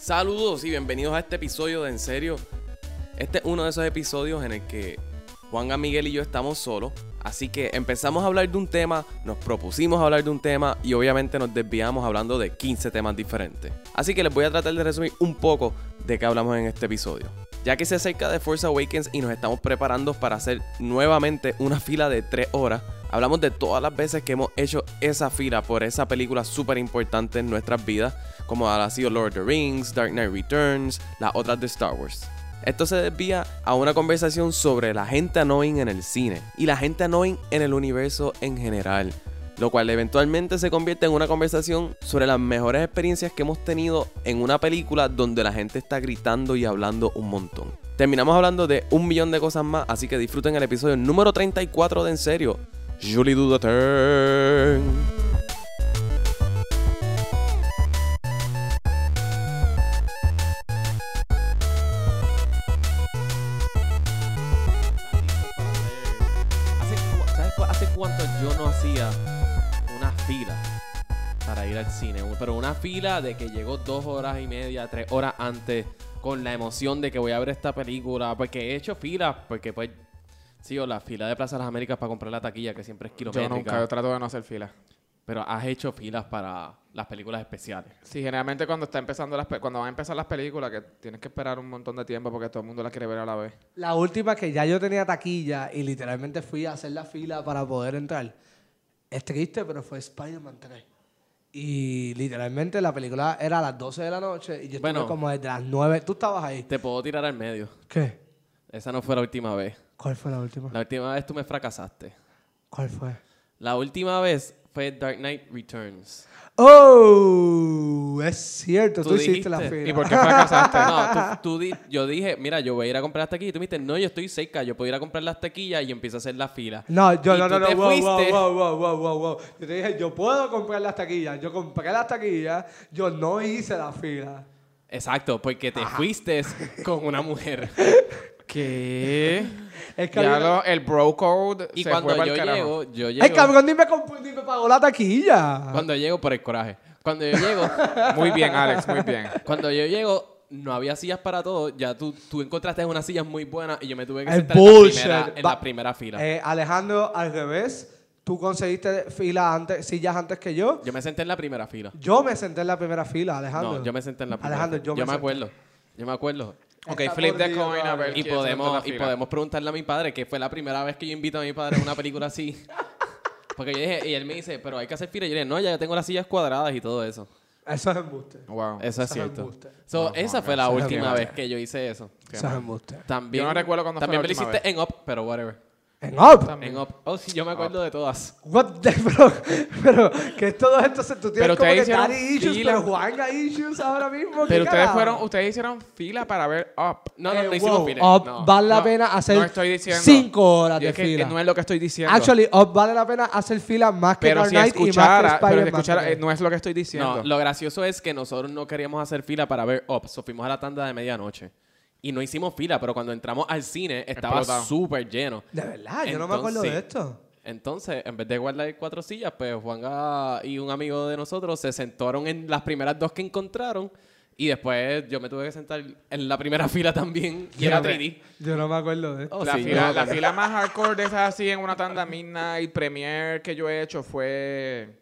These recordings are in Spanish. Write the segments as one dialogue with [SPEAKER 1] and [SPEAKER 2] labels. [SPEAKER 1] Saludos y bienvenidos a este episodio de En Serio. Este es uno de esos episodios en el que Juan Miguel y yo estamos solos. Así que empezamos a hablar de un tema, nos propusimos hablar de un tema y obviamente nos desviamos hablando de 15 temas diferentes. Así que les voy a tratar de resumir un poco de qué hablamos en este episodio. Ya que se acerca de Force Awakens y nos estamos preparando para hacer nuevamente una fila de 3 horas, hablamos de todas las veces que hemos hecho esa fila por esa película súper importante en nuestras vidas, como ha sido Lord of the Rings, Dark Knight Returns, las otras de Star Wars. Esto se desvía a una conversación sobre la gente annoying en el cine y la gente annoying en el universo en general, lo cual eventualmente se convierte en una conversación sobre las mejores experiencias que hemos tenido en una película donde la gente está gritando y hablando un montón. Terminamos hablando de un millón de cosas más, así que disfruten el episodio número 34 de En Serio. Julie Dudater. Hace, cu- ¿Sabes cu- hace cuánto yo no hacía una fila para ir al cine? Un- Pero una fila de que llegó dos horas y media, tres horas antes, con la emoción de que voy a ver esta película. Porque he hecho filas, porque pues. Sí, o la fila de Plaza de las Américas para comprar la taquilla, que siempre es
[SPEAKER 2] Yo
[SPEAKER 1] kilométrica.
[SPEAKER 2] nunca, yo trato de no hacer fila.
[SPEAKER 1] Pero has hecho filas para las películas especiales.
[SPEAKER 2] Sí, generalmente cuando está empezando las pe- cuando van a empezar las películas, que tienes que esperar un montón de tiempo porque todo el mundo las quiere ver a la vez.
[SPEAKER 3] La última que ya yo tenía taquilla y literalmente fui a hacer la fila para poder entrar. Es triste, pero fue Spider-Man 3. Y literalmente la película era a las 12 de la noche y yo estuve
[SPEAKER 1] Bueno.
[SPEAKER 3] como desde las 9. Tú estabas ahí.
[SPEAKER 1] Te puedo tirar al medio.
[SPEAKER 3] ¿Qué?
[SPEAKER 1] Esa no fue la última vez.
[SPEAKER 3] ¿Cuál fue la última?
[SPEAKER 1] La última vez tú me fracasaste.
[SPEAKER 3] ¿Cuál fue?
[SPEAKER 1] La última vez fue Dark Knight Returns.
[SPEAKER 3] ¡Oh! Es cierto, tú,
[SPEAKER 1] Tú
[SPEAKER 3] hiciste la
[SPEAKER 1] dijiste.
[SPEAKER 3] fila.
[SPEAKER 2] ¿Y por qué fracasaste?
[SPEAKER 1] No, tú, tú di- yo dije, mira, yo voy a ir a comprar las taquillas. Y tú me dijiste, no, yo estoy seca, yo puedo ir a comprar las taquillas y empiezo a hacer la fila.
[SPEAKER 3] No, yo
[SPEAKER 1] Y
[SPEAKER 3] no,
[SPEAKER 1] tú
[SPEAKER 3] no, no,
[SPEAKER 1] te
[SPEAKER 3] wow, wow,
[SPEAKER 1] fuiste.
[SPEAKER 3] wow, wow, wow, wow, wow. Yo te dije, yo puedo comprar las taquillas. Yo compré las taquillas, yo no hice la fila.
[SPEAKER 1] Exacto, porque te fuiste con una mujer.
[SPEAKER 2] ¿Qué?
[SPEAKER 3] Es que
[SPEAKER 2] Ya
[SPEAKER 3] había-
[SPEAKER 2] lo- el bro code
[SPEAKER 1] Y
[SPEAKER 2] se
[SPEAKER 1] cuando
[SPEAKER 2] fue para
[SPEAKER 1] yo
[SPEAKER 2] el carajo.
[SPEAKER 1] llego, yo llego.
[SPEAKER 3] El cabrón ni me, comp- ni me pagó la taquilla.
[SPEAKER 1] Cuando llego, por el coraje. Cuando yo llego,
[SPEAKER 2] Muy bien, Alex, muy bien.
[SPEAKER 1] Cuando yo llego, no había sillas para todos. Ya tú, tú encontraste unas sillas muy buenas y yo me tuve que
[SPEAKER 3] Es
[SPEAKER 1] sentar en la,
[SPEAKER 3] bullshit.
[SPEAKER 1] primera, en
[SPEAKER 3] Va-
[SPEAKER 1] la primera fila.
[SPEAKER 3] Eh, Alejandro, al revés, tú conseguiste fila antes, sillas antes que yo.
[SPEAKER 1] Yo me senté en la primera fila.
[SPEAKER 3] Yo me senté en la primera fila, Alejandro.
[SPEAKER 1] No, yo me senté en la primera
[SPEAKER 3] Alejandro,
[SPEAKER 1] fila.
[SPEAKER 3] yo me senté.
[SPEAKER 1] acuerdo. Yo me acuerdo.
[SPEAKER 2] Ok,
[SPEAKER 3] Está
[SPEAKER 2] flip the
[SPEAKER 3] mordido
[SPEAKER 2] coin a ver.
[SPEAKER 1] Y
[SPEAKER 2] quién se mete en
[SPEAKER 1] podemos,
[SPEAKER 2] la
[SPEAKER 1] y
[SPEAKER 2] fila.
[SPEAKER 1] podemos preguntarle a mi padre que fue la primera vez que yo invito a mi padre a una película así. Porque yo dije, y él me dice, pero hay que hacer fila. Y yo le dije, no, ya yo tengo las sillas cuadradas y todo eso.
[SPEAKER 3] Eso es embuste.
[SPEAKER 2] Wow.
[SPEAKER 1] Eso es
[SPEAKER 3] Eso es
[SPEAKER 1] cierto.
[SPEAKER 3] embuste.
[SPEAKER 1] So,
[SPEAKER 2] No,
[SPEAKER 1] esa
[SPEAKER 2] no,
[SPEAKER 1] fue la
[SPEAKER 3] eso es
[SPEAKER 1] última
[SPEAKER 3] embuste.
[SPEAKER 1] vez que yo hice eso.
[SPEAKER 2] Qué
[SPEAKER 3] Eso es
[SPEAKER 2] mal.
[SPEAKER 3] embuste.
[SPEAKER 1] También,
[SPEAKER 2] Yo no recuerdo cuándo fue
[SPEAKER 1] También me
[SPEAKER 2] la
[SPEAKER 1] lo
[SPEAKER 2] última Mm.
[SPEAKER 1] hiciste en Up, pero whatever.
[SPEAKER 3] En up.
[SPEAKER 2] También.
[SPEAKER 1] En Up. Oh, sí, yo me acuerdo de todas.
[SPEAKER 3] What the- pero, pero, que todos estos, tú
[SPEAKER 2] Pero
[SPEAKER 3] tienes como
[SPEAKER 2] ustedes
[SPEAKER 3] que
[SPEAKER 2] hicieron
[SPEAKER 3] daddy issues,
[SPEAKER 2] fila.
[SPEAKER 3] pero Juanga issues ahora mismo. ¿qué
[SPEAKER 2] Pero ustedes
[SPEAKER 3] carajo?
[SPEAKER 2] fueron, ustedes hicieron fila para ver Up.
[SPEAKER 1] No, no,
[SPEAKER 3] Eh,
[SPEAKER 1] no hicimos
[SPEAKER 3] wow,
[SPEAKER 1] fila.
[SPEAKER 3] up
[SPEAKER 1] No.
[SPEAKER 3] vale la
[SPEAKER 2] no,
[SPEAKER 3] pena
[SPEAKER 2] no
[SPEAKER 3] hacer
[SPEAKER 2] estoy diciendo.
[SPEAKER 3] cinco horas
[SPEAKER 2] Yo
[SPEAKER 3] de
[SPEAKER 2] es que-
[SPEAKER 3] fila.
[SPEAKER 2] no es lo que estoy diciendo.
[SPEAKER 3] Actually, up vale la pena hacer fila más que
[SPEAKER 2] pero
[SPEAKER 3] Dark
[SPEAKER 2] si
[SPEAKER 3] Knight y
[SPEAKER 2] escuchara,
[SPEAKER 3] más que
[SPEAKER 2] pero si
[SPEAKER 3] Spider-Man.
[SPEAKER 2] escuchara, eh,
[SPEAKER 3] también.
[SPEAKER 2] no es lo que estoy diciendo.
[SPEAKER 1] No, lo gracioso es que nosotros no queríamos hacer fila para ver Up, so fuimos a la tanda de medianoche. Y no hicimos fila, pero cuando entramos al cine estaba
[SPEAKER 2] Explotado.
[SPEAKER 1] súper lleno.
[SPEAKER 3] De verdad, yo no me acuerdo
[SPEAKER 1] Entonces-
[SPEAKER 3] de esto.
[SPEAKER 1] Entonces, en vez de guardar cuatro sillas, pues Juanga y un amigo de nosotros se sentaron en las primeras dos que encontraron. Y después yo me tuve que sentar en la primera fila también. Y era
[SPEAKER 3] Fíjate.
[SPEAKER 1] 3D.
[SPEAKER 3] Yo no me acuerdo de esto.
[SPEAKER 1] Oh,
[SPEAKER 2] la,
[SPEAKER 1] sí,
[SPEAKER 2] fila,
[SPEAKER 1] yo-
[SPEAKER 2] la fila más hardcore de esas así en una tanda Midnight Premiere que yo he hecho fue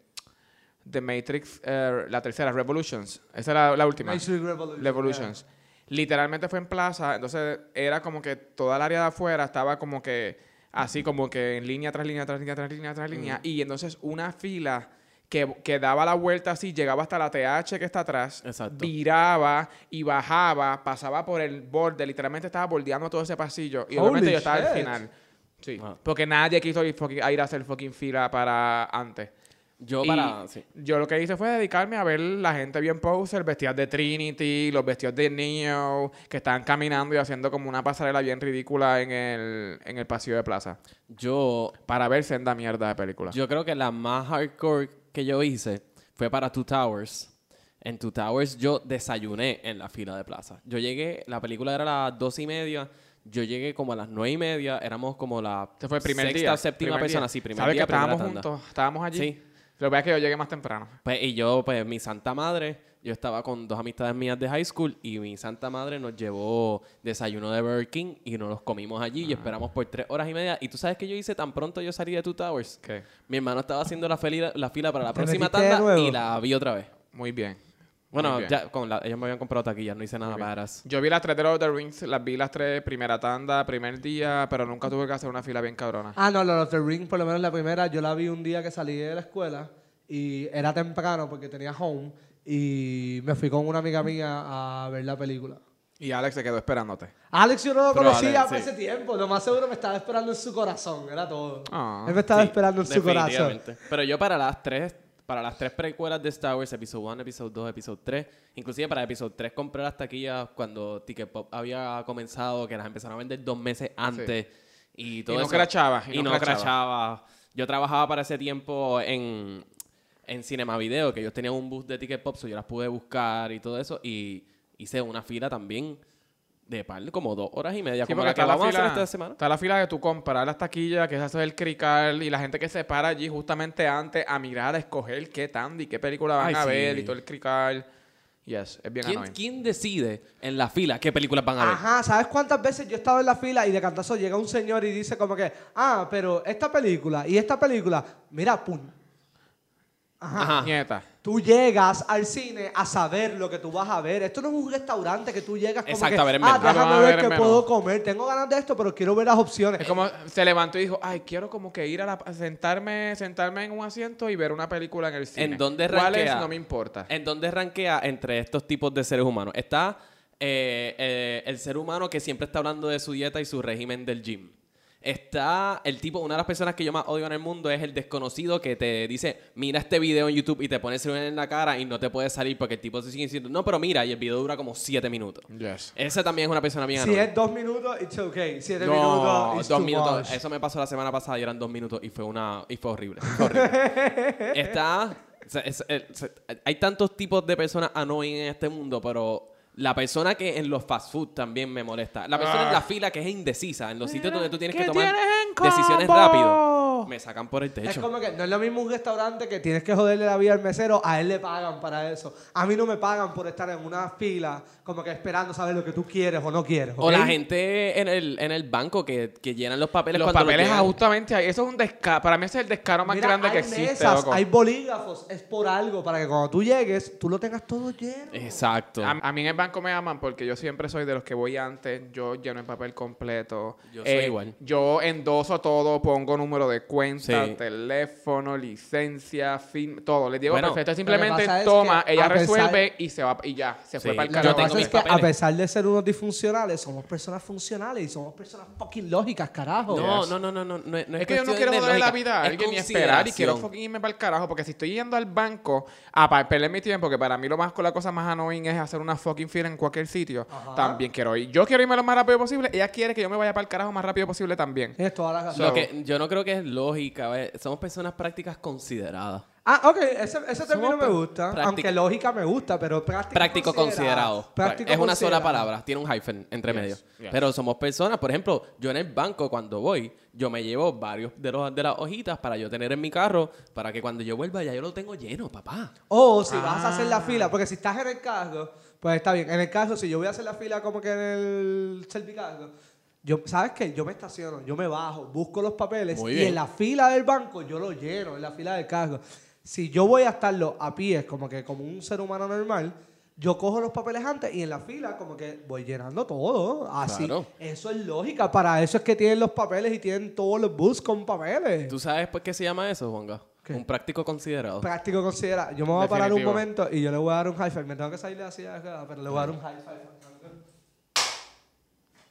[SPEAKER 2] The Matrix, eh, la tercera, Revolutions. Esa era la, la última.
[SPEAKER 3] Matrix Revolution.
[SPEAKER 2] Revolutions. Literalmente fue en plaza, entonces era como que toda el área de afuera estaba como que así, como que en línea tras línea, tras línea, tras línea, tras
[SPEAKER 3] Mm.
[SPEAKER 2] línea. Y entonces una fila que, que daba la vuelta así, llegaba hasta la TH que está atrás,
[SPEAKER 1] Exacto.
[SPEAKER 2] viraba y bajaba, pasaba por el borde, literalmente estaba bordeando todo ese pasillo. Y
[SPEAKER 3] Holy
[SPEAKER 2] obviamente yo estaba al
[SPEAKER 3] shit.
[SPEAKER 2] final. Sí,
[SPEAKER 1] Ah.
[SPEAKER 2] porque nadie quiso ir, fucking- a ir a hacer fucking fila para antes.
[SPEAKER 1] Yo
[SPEAKER 2] Y
[SPEAKER 1] para... sí.
[SPEAKER 2] Yo lo que hice fue dedicarme a ver la gente bien poser, vestidas de Trinity, los vestidos de Neo, que estaban caminando y haciendo como una pasarela bien ridícula en el, en el pasillo de plaza.
[SPEAKER 1] Yo
[SPEAKER 2] Para ver senda mierda de película.
[SPEAKER 1] Yo creo que la más hardcore que yo hice fue para Two Towers. En Two Towers yo desayuné en la fila de plaza. Yo llegué, la película era a las dos y media. Yo llegué como a las nueve y media. Éramos como la
[SPEAKER 2] Este fue el primer
[SPEAKER 1] sexta
[SPEAKER 2] día.
[SPEAKER 1] o séptima
[SPEAKER 2] primer
[SPEAKER 1] persona.
[SPEAKER 2] día.
[SPEAKER 1] Sí, primer
[SPEAKER 2] ¿Sabes
[SPEAKER 1] día,
[SPEAKER 2] que
[SPEAKER 1] primera
[SPEAKER 2] estábamos
[SPEAKER 1] tanda.
[SPEAKER 2] juntos? Estábamos allí.
[SPEAKER 1] Sí.
[SPEAKER 2] Lo que pasa es que yo llegué más temprano.
[SPEAKER 1] Pues, y yo, pues, mi santa madre, yo estaba con dos amistades mías de high school y mi santa madre nos llevó desayuno de Burger King y nos los comimos allí y esperamos por tres horas y media. Y tú sabes que yo hice tan pronto yo salí de Two Towers.
[SPEAKER 2] ¿Qué?
[SPEAKER 1] Mi hermano estaba haciendo la, fila, la fila para la
[SPEAKER 3] ¿Te
[SPEAKER 1] próxima
[SPEAKER 3] metiste de
[SPEAKER 1] tanda
[SPEAKER 3] nuevo?
[SPEAKER 1] y la vi otra vez.
[SPEAKER 2] Muy bien. Muy
[SPEAKER 1] Bueno,
[SPEAKER 2] bien.
[SPEAKER 1] ya con la- ellos me habían comprado taquillas, no hice nada para
[SPEAKER 2] Yo vi las tres de Lord of the Rings, las vi las tres, primera tanda, primer día, pero nunca tuve que hacer una fila bien cabrona.
[SPEAKER 3] Ah, no, Lord of the Ring, por lo menos la primera, yo la vi un día que salí de la escuela y era temprano porque tenía home y me fui con una amiga mía a ver la película.
[SPEAKER 2] Y Alex se quedó esperándote.
[SPEAKER 3] Alex yo no lo
[SPEAKER 1] Probable,
[SPEAKER 3] conocía hace
[SPEAKER 1] sí.
[SPEAKER 3] ese tiempo, lo más seguro me estaba esperando en su corazón, era todo.
[SPEAKER 2] Ah,
[SPEAKER 3] Él me estaba esperando en su corazón.
[SPEAKER 1] definitivamente. Pero yo para las tres, para las tres precuelas de Star Wars, episodio 1, episodio 2, episodio 3, inclusive para episodio 3 compré las taquillas cuando Ticket Pop había comenzado, que las empezaron a vender dos meses antes. Y todo
[SPEAKER 2] Y no
[SPEAKER 1] eso.
[SPEAKER 2] crachaba, y
[SPEAKER 1] Y
[SPEAKER 2] no
[SPEAKER 1] no
[SPEAKER 2] crachaba.
[SPEAKER 1] crachaba. Yo trabajaba para ese tiempo en, en Cinema Video, que ellos tenían un bus de Ticket Pop, so yo las pude buscar y todo eso. Y hice una fila también de par, como dos horas y media,
[SPEAKER 2] Sí,
[SPEAKER 1] como
[SPEAKER 2] porque
[SPEAKER 1] la que
[SPEAKER 2] está la,
[SPEAKER 1] vamos a hacer
[SPEAKER 2] fila,
[SPEAKER 1] esta semana.
[SPEAKER 2] está la fila de tu comprar las taquillas, que es hacer el crical y la gente que se para allí justamente antes a mirar, a escoger qué tandy, qué película van
[SPEAKER 1] Ay,
[SPEAKER 2] a
[SPEAKER 1] sí.
[SPEAKER 2] ver y todo el crical. Yes, es bien
[SPEAKER 1] ¿Quién,
[SPEAKER 2] annoying.
[SPEAKER 1] quién decide en la fila qué películas van a ver?
[SPEAKER 3] Ajá, ¿sabes cuántas veces yo estaba en la fila y de cantazo llega un señor y dice como que, ah, pero esta película y esta película, mira, pum. Ajá.
[SPEAKER 1] Ajá.
[SPEAKER 2] Nieta.
[SPEAKER 3] Tú llegas al cine a saber lo que tú vas a ver. Esto no es un restaurante que tú llegas como
[SPEAKER 1] Exacto,
[SPEAKER 3] que,
[SPEAKER 1] a ver el
[SPEAKER 3] ah,
[SPEAKER 1] menú".
[SPEAKER 2] Ah,
[SPEAKER 3] déjame
[SPEAKER 2] a
[SPEAKER 3] ver,
[SPEAKER 2] ver el
[SPEAKER 3] qué
[SPEAKER 2] menú.
[SPEAKER 3] puedo comer. Tengo ganas de esto, pero quiero ver las opciones.
[SPEAKER 2] Es como se levantó y dijo, ay, quiero como que ir a, la, a sentarme, sentarme en un asiento y ver una película en el cine.
[SPEAKER 1] dónde
[SPEAKER 2] ¿Cuál es?
[SPEAKER 1] ranquea?
[SPEAKER 2] No me importa.
[SPEAKER 1] ¿En dónde rankea entre estos tipos de seres humanos? Está eh, eh, el ser humano que siempre está hablando de su dieta y su régimen del gym. Está el tipo, una de las personas que yo más odio en el mundo es el desconocido que te dice, mira este video en YouTube y te pone el celular en la cara y no te puede salir porque el tipo se sigue diciendo, no, pero mira, y el video dura como 7 minutos.
[SPEAKER 3] Mm.
[SPEAKER 2] Yes.
[SPEAKER 1] Ese también es una persona bien
[SPEAKER 3] si
[SPEAKER 1] annoying.
[SPEAKER 3] es dos minutos, it's okay. Siete
[SPEAKER 1] No,
[SPEAKER 3] minutos, it's
[SPEAKER 1] dos
[SPEAKER 3] too
[SPEAKER 1] minutos.
[SPEAKER 3] much.
[SPEAKER 1] Eso me pasó la semana pasada y eran dos minutos y fue una y fue horrible. fue horrible. Está. o sea, es- el- se- hay tantos tipos de personas annoying en este mundo, pero la persona que en los fast food también me molesta. La persona en la fila que es indecisa, en los sitios donde tú tienes que
[SPEAKER 2] Ah. ¿qué
[SPEAKER 1] tomar
[SPEAKER 2] tienes en
[SPEAKER 1] decisiones
[SPEAKER 2] combo?
[SPEAKER 1] rápido. Me sacan por el
[SPEAKER 3] Es
[SPEAKER 1] techo.
[SPEAKER 3] como que no es lo mismo un restaurante que tienes que joderle la vida al mesero, a él le pagan para eso. A mí no me pagan por estar en una fila como que esperando saber lo que tú quieres o no quieres.
[SPEAKER 1] O la
[SPEAKER 3] ¿ok?
[SPEAKER 1] gente en el, en el banco que, que llenan los papeles
[SPEAKER 2] Los
[SPEAKER 1] cuando
[SPEAKER 2] papeles
[SPEAKER 1] llenan.
[SPEAKER 2] justamente ahí. Eso es un descaro. Para mí ese es el descaro más
[SPEAKER 3] Mira,
[SPEAKER 2] grande
[SPEAKER 3] hay
[SPEAKER 2] que existe,
[SPEAKER 3] mesas,
[SPEAKER 2] loco.
[SPEAKER 3] hay bolígrafos, es por algo, para que cuando tú llegues, tú lo tengas todo lleno.
[SPEAKER 1] Eh, Exacto.
[SPEAKER 2] A, a mí en el banco me aman porque yo siempre soy de los que voy antes, yo lleno el papel completo. Eh,
[SPEAKER 1] Yo soy igual.
[SPEAKER 2] Yo endoso todo, pongo número de cuenta,
[SPEAKER 1] Sí.
[SPEAKER 2] teléfono, licencia, film, todo. Les digo
[SPEAKER 1] Bueno,
[SPEAKER 2] perfecto.
[SPEAKER 3] que
[SPEAKER 2] Simplemente
[SPEAKER 3] pasa es
[SPEAKER 2] toma,
[SPEAKER 3] que
[SPEAKER 2] ella
[SPEAKER 3] a pesar-
[SPEAKER 2] resuelve y se va y ya, se fue
[SPEAKER 1] Sí,
[SPEAKER 2] para el
[SPEAKER 1] yo
[SPEAKER 3] Lo
[SPEAKER 2] carajo.
[SPEAKER 3] que
[SPEAKER 1] tengo
[SPEAKER 3] pasa
[SPEAKER 1] mis
[SPEAKER 3] es que a
[SPEAKER 1] papeles.
[SPEAKER 3] pesar de ser unos disfuncionales, somos personas funcionales y somos personas fucking lógicas, carajo.
[SPEAKER 1] no,
[SPEAKER 2] Yes.
[SPEAKER 1] no, no, no, no, no es
[SPEAKER 2] Es que yo no
[SPEAKER 1] cuestión
[SPEAKER 2] quiero
[SPEAKER 1] de
[SPEAKER 2] joder la
[SPEAKER 1] lógica,
[SPEAKER 2] vida a
[SPEAKER 1] es
[SPEAKER 2] alguien ni esperar y quiero
[SPEAKER 1] consideración.
[SPEAKER 2] fucking irme para el carajo porque si estoy yendo al banco a pa- perder mi tiempo, que para mí lo más la cosa más annoying es hacer una fucking fila en cualquier sitio,
[SPEAKER 3] Ajá.
[SPEAKER 2] también quiero ir. Yo quiero irme lo más rápido posible, ella quiere que yo me vaya para el carajo más rápido posible también.
[SPEAKER 3] Tienes toda la razón.
[SPEAKER 1] Lo
[SPEAKER 2] So-
[SPEAKER 1] que yo no creo que es lógica, ¿ves? somos personas prácticas consideradas.
[SPEAKER 3] Ah, ok, ese, ese término me gusta.
[SPEAKER 1] práctico-
[SPEAKER 3] Aunque lógica me gusta, pero práctico,
[SPEAKER 1] Práctico considerado.
[SPEAKER 3] Práctico
[SPEAKER 1] es una sola
[SPEAKER 3] considerado.
[SPEAKER 1] palabra, tiene un hyphen entre
[SPEAKER 2] Yes,
[SPEAKER 1] medio.
[SPEAKER 2] yes.
[SPEAKER 1] Pero somos personas, por ejemplo, yo en el banco cuando voy, yo me llevo varios de los de las hojitas para yo tener en mi carro para que cuando yo vuelva ya yo lo tengo lleno, papá.
[SPEAKER 3] O si vas a
[SPEAKER 1] Ah.
[SPEAKER 3] hacer la fila, porque si estás en el carro, pues está bien. En el carro, si yo voy a hacer la fila como que en el servicargo, yo, ¿sabes qué? Yo me estaciono, yo me bajo, busco los papeles
[SPEAKER 1] Muy
[SPEAKER 3] y
[SPEAKER 1] bien.
[SPEAKER 3] en la fila del banco yo lo lleno, en la fila del carro. Si yo voy a estarlo a pies, como que como un ser humano normal, yo cojo los papeles antes y en la fila como que voy llenando todo. Así.
[SPEAKER 1] Claro.
[SPEAKER 3] Eso es lógica. Para eso es que tienen los papeles y tienen todos los bus con papeles.
[SPEAKER 1] ¿Tú sabes por qué se llama eso, Juanga?
[SPEAKER 3] ¿Qué?
[SPEAKER 1] Un práctico considerado.
[SPEAKER 3] Práctico considera. Yo me voy a parar un
[SPEAKER 2] Definitivo.
[SPEAKER 3] momento y yo le voy a dar un high five. Me tengo que salir de la silla de ruedas, pero le voy a dar un high five.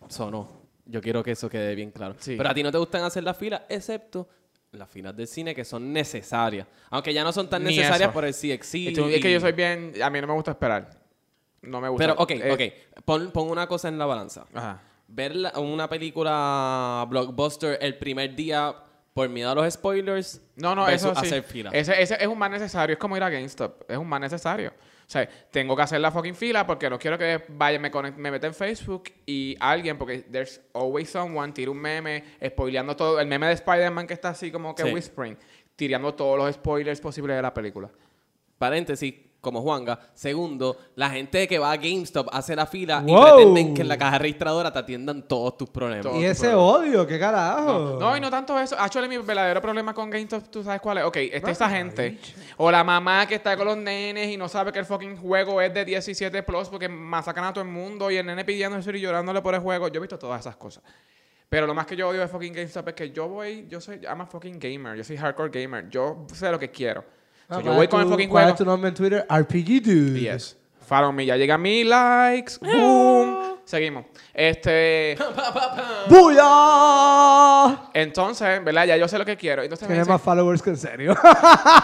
[SPEAKER 1] Sonó. Yo quiero que eso quede bien claro.
[SPEAKER 2] Sí.
[SPEAKER 1] Pero a ti no te gustan hacer las filas, excepto las filas del cine que son necesarias. Aunque ya no son tan
[SPEAKER 2] Ni
[SPEAKER 1] necesarias
[SPEAKER 2] eso.
[SPEAKER 1] por el CXC.
[SPEAKER 2] Y tú- es que
[SPEAKER 1] y-
[SPEAKER 2] yo soy bien, a mí no me gusta esperar. No me gusta.
[SPEAKER 1] Pero, ok,
[SPEAKER 2] Eh,
[SPEAKER 1] ok. Pon, pon una cosa en la balanza.
[SPEAKER 2] Ajá.
[SPEAKER 1] Ver la- una película blockbuster el primer día por miedo a los spoilers.
[SPEAKER 2] No, no,
[SPEAKER 1] versus
[SPEAKER 2] eso sí.
[SPEAKER 1] Hacer fila.
[SPEAKER 2] Ese, ese es un más necesario. Es como ir a GameStop. Es un más necesario. O sea, tengo que hacer la fucking fila porque no quiero que vaya, me, conect- me meta en Facebook y alguien, porque there's always someone, tira un meme, spoileando todo. El meme de Spider-Man que está así como que
[SPEAKER 1] Sí.
[SPEAKER 2] whispering, tirando todos los spoilers posibles de la película.
[SPEAKER 1] Paréntesis. como Juanga. Segundo, la gente que va a GameStop hace la fila y
[SPEAKER 3] Wow.
[SPEAKER 1] pretenden que en la caja registradora te atiendan todos tus problemas.
[SPEAKER 2] Todo.
[SPEAKER 3] Y
[SPEAKER 2] tu
[SPEAKER 3] ese
[SPEAKER 2] problema.
[SPEAKER 3] odio, qué carajo.
[SPEAKER 2] No, no, y no tanto eso. Actually, mi verdadero problema con GameStop, ¿tú sabes cuál es? Ok, está esa
[SPEAKER 3] Ay,
[SPEAKER 2] gente. O la mamá que está con los nenes y no sabe que el fucking juego es de 17 plus porque masacran a todo el mundo y el nene pidiendo eso y llorándole por el juego. Yo he visto todas esas cosas. Pero lo más que yo odio de fucking GameStop es que yo voy, yo soy, I'm a fucking gamer, yo soy hardcore gamer, yo sé lo que quiero. So,
[SPEAKER 3] Ah,
[SPEAKER 2] yo
[SPEAKER 3] ¿cuál
[SPEAKER 2] voy
[SPEAKER 3] es
[SPEAKER 2] con el
[SPEAKER 3] tu-
[SPEAKER 2] fucking
[SPEAKER 3] ¿Cuál
[SPEAKER 2] juego.
[SPEAKER 3] es tu nombre en Twitter? RPG Dude.
[SPEAKER 2] Yes. Follow me, ya llega a mil likes. Boom. Seguimos. Este.
[SPEAKER 3] ¡Buya!
[SPEAKER 2] Entonces, ¿verdad? Ya yo sé lo que quiero. Entonces me
[SPEAKER 3] Tiene más
[SPEAKER 2] dicen,
[SPEAKER 3] followers que en serio.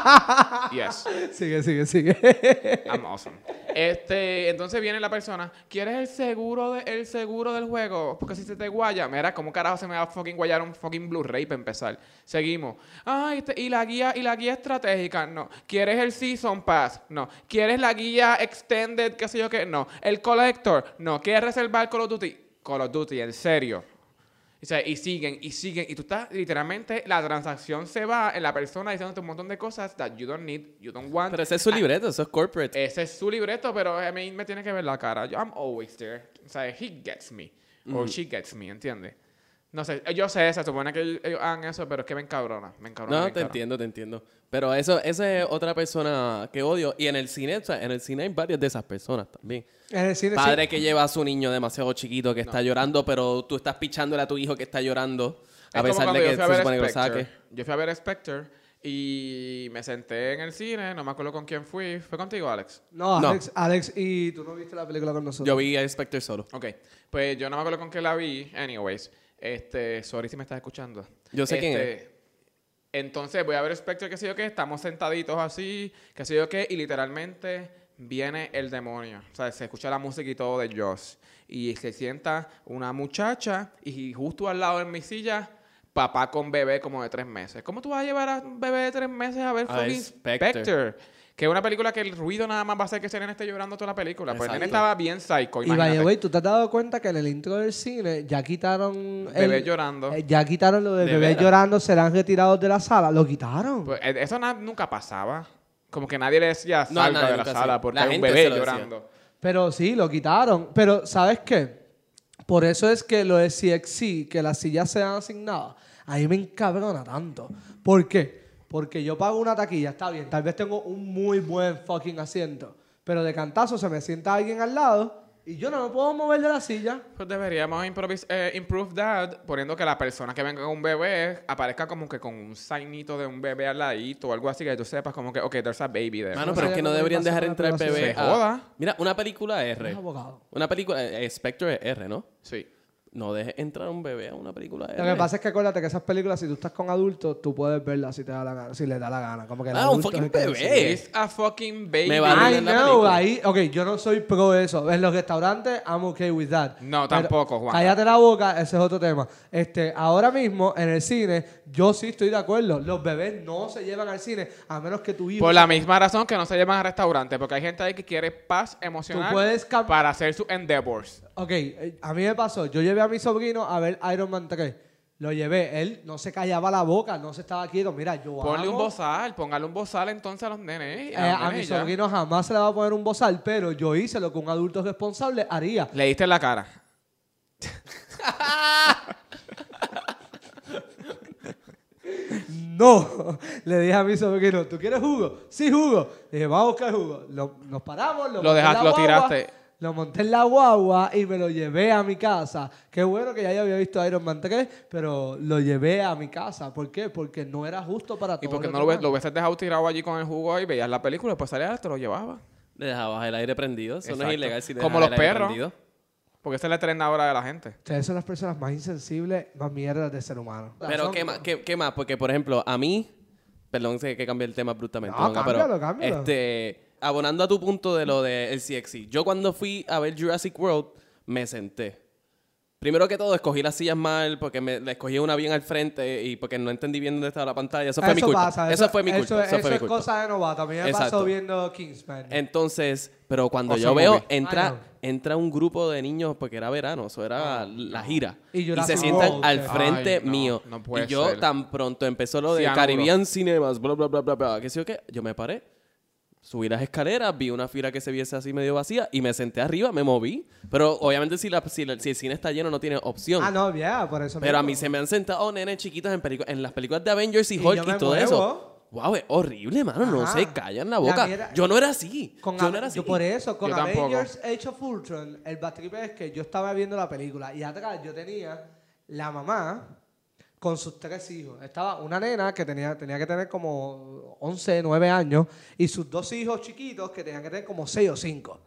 [SPEAKER 2] yes,
[SPEAKER 3] sigue, sigue, sigue.
[SPEAKER 2] I'm awesome. Este, entonces viene la persona, ¿quieres el seguro, de- el seguro del juego? Porque si se te guaya, mira, ¿cómo carajo se me va a fucking guayar un fucking Blu-ray para empezar? Seguimos. Ay, este- y la guía, y la guía estratégica, no. ¿Quieres el Season Pass? No. ¿Quieres la guía Extended, qué sé yo qué? No. ¿El Collector? No. ¿Quieres reservar Call of Duty? Call of Duty, en serio. O sea, y siguen, y siguen, y tú estás, literalmente, la transacción se va en la persona diciéndote un montón de cosas that you don't need, you don't want.
[SPEAKER 1] Pero ese es su libreto, eso es corporate.
[SPEAKER 2] Ese es su libreto, pero a mí me tiene que ver la cara. Yo, I'm always there. O sea, he gets me.
[SPEAKER 1] Mm.
[SPEAKER 2] O she gets me, ¿entiendes? No sé, yo sé, se supone que ellos hagan eso, pero es que me encabrona. Me encabrona.
[SPEAKER 1] No,
[SPEAKER 2] bien
[SPEAKER 1] te
[SPEAKER 2] cabrón.
[SPEAKER 1] entiendo, te entiendo. Pero eso, esa es otra persona que odio. Y en el cine, o sea, en el cine hay varias de esas personas también.
[SPEAKER 3] En el cine, sí.
[SPEAKER 1] Padre que lleva a su niño demasiado chiquito que está llorando, pero tú estás pichándole a tu hijo que está llorando.
[SPEAKER 2] Es
[SPEAKER 1] A
[SPEAKER 2] como
[SPEAKER 1] pesar
[SPEAKER 2] cuando
[SPEAKER 1] de
[SPEAKER 2] yo
[SPEAKER 1] que
[SPEAKER 2] fui a
[SPEAKER 1] se
[SPEAKER 2] ver
[SPEAKER 1] supone que lo
[SPEAKER 2] Spectre.
[SPEAKER 1] saque.
[SPEAKER 2] Yo fui a ver Spectre y me senté en el cine, no me acuerdo con quién fui. ¿Fue contigo, Alex?
[SPEAKER 3] No,
[SPEAKER 1] No.
[SPEAKER 3] Alex, Alex, y tú no viste la película con nosotros.
[SPEAKER 1] Yo vi a Spectre solo.
[SPEAKER 2] Ok, pues yo no me acuerdo con qué la vi. Anyways, este, sorry si me estás escuchando.
[SPEAKER 1] Yo sé quién
[SPEAKER 2] Este, Entonces voy a ver Spectre, qué sé yo qué, estamos sentaditos así, qué sé yo qué, y literalmente viene el demonio. O sea, se escucha la música y todo de Joss. Y se sienta una muchacha y justo al lado en mi silla, papá con bebé como de tres meses. ¿Cómo tú vas a llevar a un bebé de tres meses a ver
[SPEAKER 1] A ver
[SPEAKER 2] fucking
[SPEAKER 1] Spectre.
[SPEAKER 2] Spectre? Que es una película que el ruido nada más va a hacer que ese nene esté llorando toda la película. Pues el nene
[SPEAKER 1] Exacto.
[SPEAKER 2] estaba bien psycho,
[SPEAKER 3] Y by
[SPEAKER 2] imagínate.
[SPEAKER 3] the way, ¿tú te has dado cuenta que en el intro del cine ya quitaron...
[SPEAKER 2] Bebé
[SPEAKER 3] el-
[SPEAKER 2] llorando.
[SPEAKER 3] eh, ya quitaron lo de,
[SPEAKER 1] ¿De
[SPEAKER 3] bebé
[SPEAKER 1] veras?
[SPEAKER 3] llorando, serán retirados de la sala. Lo quitaron.
[SPEAKER 2] Pues, eh, eso na- nunca pasaba. Como que nadie le decía
[SPEAKER 1] No, a
[SPEAKER 2] salga
[SPEAKER 1] nadie
[SPEAKER 2] de la
[SPEAKER 1] nunca,
[SPEAKER 2] sala
[SPEAKER 1] sí.
[SPEAKER 2] porque
[SPEAKER 1] La
[SPEAKER 2] hay un
[SPEAKER 1] gente se
[SPEAKER 2] bebé
[SPEAKER 1] lo decía.
[SPEAKER 2] llorando.
[SPEAKER 3] Pero sí, lo quitaron. Pero, ¿sabes qué? Por eso es que lo de CXC, que las sillas sean asignadas, a mí me encabrona tanto. ¿Por qué? Porque yo pago una taquilla, está bien, tal vez tengo un muy buen fucking asiento, pero de cantazo se me sienta alguien al lado y yo no me puedo mover de la silla.
[SPEAKER 2] Pues deberíamos improvis- eh, improve that poniendo que la persona que venga con un bebé aparezca como que con un signito de un bebé al ladito o algo así que tú sepas como que, ok, there's a baby there.
[SPEAKER 1] Mano,
[SPEAKER 3] No
[SPEAKER 1] pero es
[SPEAKER 3] sabía
[SPEAKER 1] que no
[SPEAKER 3] cómo
[SPEAKER 1] deberían
[SPEAKER 3] iba a
[SPEAKER 1] dejar
[SPEAKER 3] ser
[SPEAKER 1] entrar
[SPEAKER 3] una
[SPEAKER 1] el
[SPEAKER 3] relación.
[SPEAKER 1] bebé.
[SPEAKER 2] Se
[SPEAKER 1] a-
[SPEAKER 2] joda.
[SPEAKER 1] Mira, una película R.
[SPEAKER 3] Es abogado.
[SPEAKER 1] Una película. eh, Spectre es R, ¿no?
[SPEAKER 2] Sí.
[SPEAKER 1] No dejes entrar a un bebé a una película R.
[SPEAKER 3] Lo que pasa es que acuérdate que esas películas, si tú estás con adultos, tú puedes verlas si te da la gana, si les da la gana. Como que el
[SPEAKER 1] Ah, un
[SPEAKER 3] adulto es
[SPEAKER 1] fucking
[SPEAKER 3] el que
[SPEAKER 1] bebé.
[SPEAKER 3] decide.
[SPEAKER 1] Eh.
[SPEAKER 2] It's a fucking baby.
[SPEAKER 1] Me va a arruinar
[SPEAKER 3] I
[SPEAKER 1] la
[SPEAKER 3] know,
[SPEAKER 1] película.
[SPEAKER 3] ahí, ok, yo no soy pro eso. En los restaurantes, I'm okay with that.
[SPEAKER 2] No, tampoco, Juan.
[SPEAKER 3] Cállate la boca, ese es otro tema. Este, ahora mismo, en el cine, yo sí estoy de acuerdo. Los bebés no se llevan al cine, a menos que tu hijo...
[SPEAKER 2] Por la misma razón que no se llevan a restaurantes, porque hay gente ahí que quiere paz emocional
[SPEAKER 3] puedes cam-
[SPEAKER 2] para hacer sus endeavors.
[SPEAKER 3] Ok, eh, a mí me pasó, yo llevé a mi sobrino a ver Iron Man 3. Lo llevé, él no se callaba la boca, no se estaba quieto. Mira, yo
[SPEAKER 2] Ponle un
[SPEAKER 3] amo-
[SPEAKER 2] bozal, póngale un bozal entonces a los nenes.
[SPEAKER 3] Eh,
[SPEAKER 2] a los
[SPEAKER 3] a mi
[SPEAKER 2] nenes ya.
[SPEAKER 3] sobrino jamás se le va a poner un bozal, pero yo hice lo que un adulto responsable haría.
[SPEAKER 2] Le diste en la cara.
[SPEAKER 3] No, le dije a mi sobrino, ¿tú quieres jugo? Sí, jugo. Le dije, vamos a buscar jugo. Lo- nos paramos, lo,
[SPEAKER 2] Lo
[SPEAKER 3] monté en
[SPEAKER 2] dejaste-
[SPEAKER 3] la
[SPEAKER 2] lo
[SPEAKER 3] guagua,
[SPEAKER 2] tiraste.
[SPEAKER 3] Lo monté en la guagua y me lo llevé a mi casa. Qué bueno que ya yo había visto Iron Man 3, pero lo llevé a mi casa. ¿Por qué? Porque no era justo para todos.
[SPEAKER 2] Y porque
[SPEAKER 3] los
[SPEAKER 2] no lo, ves,
[SPEAKER 3] demás.
[SPEAKER 2] lo hubieses dejado tirado allí con el jugo y veías la película, después salías, te lo llevabas.
[SPEAKER 1] Le dejabas el aire prendido. Eso no
[SPEAKER 2] Exacto.
[SPEAKER 1] es ilegal si le
[SPEAKER 2] Como
[SPEAKER 1] dejas
[SPEAKER 2] los
[SPEAKER 1] el aire
[SPEAKER 2] perros.
[SPEAKER 1] prendido.
[SPEAKER 2] Porque esa es la trenda ahora de la gente.
[SPEAKER 3] Ustedes son las personas más insensibles, más mierdas de ser humano.
[SPEAKER 1] Pero
[SPEAKER 3] Son-
[SPEAKER 1] ¿qué más, qué, qué más, porque por ejemplo, a mí, perdón sé que cambié el tema abruptamente,
[SPEAKER 3] No,
[SPEAKER 1] Juanga,
[SPEAKER 3] cámbialo,
[SPEAKER 1] pero
[SPEAKER 3] cámbialo.
[SPEAKER 1] este abonando a tu punto de lo del el CXC. Yo cuando fui a ver Jurassic World me senté. Primero que todo, escogí las sillas mal porque me la escogí una bien al frente y porque no entendí bien dónde estaba la pantalla. Eso fue mi culpa.
[SPEAKER 3] pasa,
[SPEAKER 1] eso, fue mi culpa. Eso,
[SPEAKER 3] Eso,
[SPEAKER 1] fue mi
[SPEAKER 3] es
[SPEAKER 1] culpa.
[SPEAKER 3] cosa de novato. A mí me pasó
[SPEAKER 1] Exacto.
[SPEAKER 3] viendo Kingsman.
[SPEAKER 1] Entonces, pero cuando
[SPEAKER 2] Awesome
[SPEAKER 1] yo veo,
[SPEAKER 2] movie.
[SPEAKER 3] Ah, no.
[SPEAKER 1] entra, entra un grupo de niños, porque era verano, eso era la gira.
[SPEAKER 3] Y
[SPEAKER 1] Y,
[SPEAKER 3] Jurassic
[SPEAKER 1] se sientan
[SPEAKER 3] World,
[SPEAKER 1] al
[SPEAKER 3] que-
[SPEAKER 1] frente
[SPEAKER 2] Ah, Ay, no,
[SPEAKER 1] mío.
[SPEAKER 2] no puede
[SPEAKER 1] y yo
[SPEAKER 2] ser.
[SPEAKER 1] tan pronto empezó lo de
[SPEAKER 2] Cianuro.
[SPEAKER 1] Caribbean Cinemas, bla, bla, bla, bla, bla, qué sé yo qué, yo me paré. Subí las escaleras, vi una fila que se viese así medio vacía y me senté arriba, me moví. Pero obviamente si, la, si, la- si el cine está lleno no tiene opción.
[SPEAKER 3] Ah, no, ya, por eso
[SPEAKER 1] Pero a mí
[SPEAKER 3] mismo.
[SPEAKER 1] se me han sentado nenes chiquitos en, pelicu- en las películas de Avengers y
[SPEAKER 3] Y
[SPEAKER 1] Hulk
[SPEAKER 3] yo
[SPEAKER 1] y,
[SPEAKER 3] me
[SPEAKER 1] todo
[SPEAKER 3] muevo.
[SPEAKER 1] eso. Wow, es horrible, mano. No
[SPEAKER 3] Ajá.
[SPEAKER 1] se callan la
[SPEAKER 3] La
[SPEAKER 1] boca.
[SPEAKER 3] mierda-
[SPEAKER 1] yo no era así.
[SPEAKER 3] Con
[SPEAKER 1] yo
[SPEAKER 3] Ave-
[SPEAKER 1] no era así.
[SPEAKER 3] yo por eso, con
[SPEAKER 2] Yo tampoco.
[SPEAKER 3] Avengers Age of Ultron, el bad trip es que yo estaba viendo la película y atrás yo tenía la mamá con sus tres hijos. Estaba una nena que tenía, tenía que tener como 11, 9 años y sus dos hijos chiquitos que tenían que tener como 6 o 5.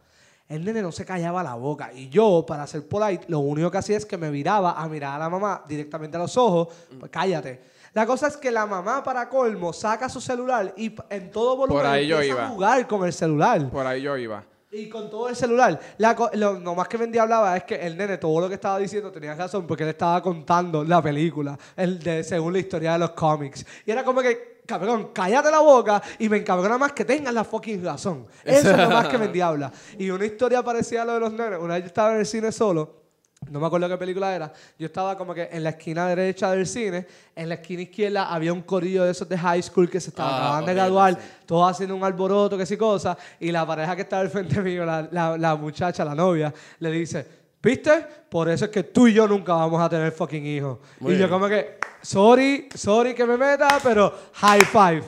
[SPEAKER 3] El nene no se callaba la boca y yo, para ser polite, lo único que hacía es que me viraba a mirar a la mamá directamente a los ojos,
[SPEAKER 2] Mm.
[SPEAKER 3] pues cállate. La cosa es que la mamá, para colmo, saca su celular y p- en todo volumen
[SPEAKER 2] ahí yo
[SPEAKER 3] empieza a
[SPEAKER 2] iba.
[SPEAKER 3] jugar con el celular.
[SPEAKER 2] Por ahí yo iba.
[SPEAKER 3] Y con todo el celular. La co- lo, lo más que vendía hablaba es que el nene, todo lo que estaba diciendo tenía razón porque él estaba contando la película, el de, según la historia de los cómics. Y era como que, cabrón, cállate la boca y me encabrona más que tengas la fucking razón. Eso es lo más que vendía habla. Y una historia parecida a lo de los nenes. Una vez yo estaba en el cine solo. No me acuerdo qué película era. Yo estaba como que en la esquina derecha del cine. En la esquina izquierda había un corillo de esos de high school que se estaban
[SPEAKER 1] Ah,
[SPEAKER 3] acabando de
[SPEAKER 1] horrible,
[SPEAKER 3] graduar
[SPEAKER 1] sí.
[SPEAKER 3] todos haciendo un alboroto, que sí cosa, y la pareja que está al frente mío, la, la- la muchacha, la novia, le dice, ¿viste? Por eso es que tú y yo nunca vamos a tener fucking hijos.
[SPEAKER 1] Muy
[SPEAKER 3] y yo
[SPEAKER 1] bien.
[SPEAKER 3] como que, sorry, sorry que me meta, pero high five.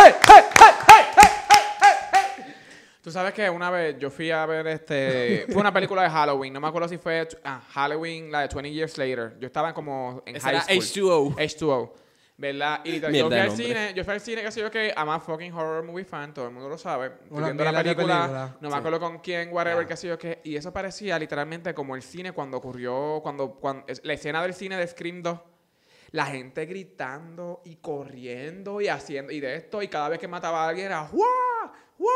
[SPEAKER 3] ¡Hey, hey, hey, hey, hey, hey, hey, hey!
[SPEAKER 2] Tú sabes que una vez yo fui a ver este. Fue una película de Halloween. No me acuerdo si fue ah, Halloween, la de 20 Years Later. Yo estaba como en
[SPEAKER 1] Esa
[SPEAKER 2] high
[SPEAKER 1] era H2O.
[SPEAKER 2] school. H2O. ¿Verdad? Y literal, yo
[SPEAKER 1] Mierda de
[SPEAKER 2] fui al
[SPEAKER 1] nombre.
[SPEAKER 2] cine, yo fui al cine, qué sé yo que I'm a fucking horror movie fan, todo el mundo lo sabe. Estoy
[SPEAKER 3] Una
[SPEAKER 2] viendo la
[SPEAKER 3] mierda de
[SPEAKER 2] película,
[SPEAKER 3] película.
[SPEAKER 2] no me acuerdo con quién, whatever, qué sé yo qué. Y eso parecía literalmente como el cine cuando ocurrió, cuando, cuando es- la escena del cine de Scream 2 la gente gritando y corriendo y haciendo y de esto y cada vez que mataba a alguien era ¡guau! ¡guau!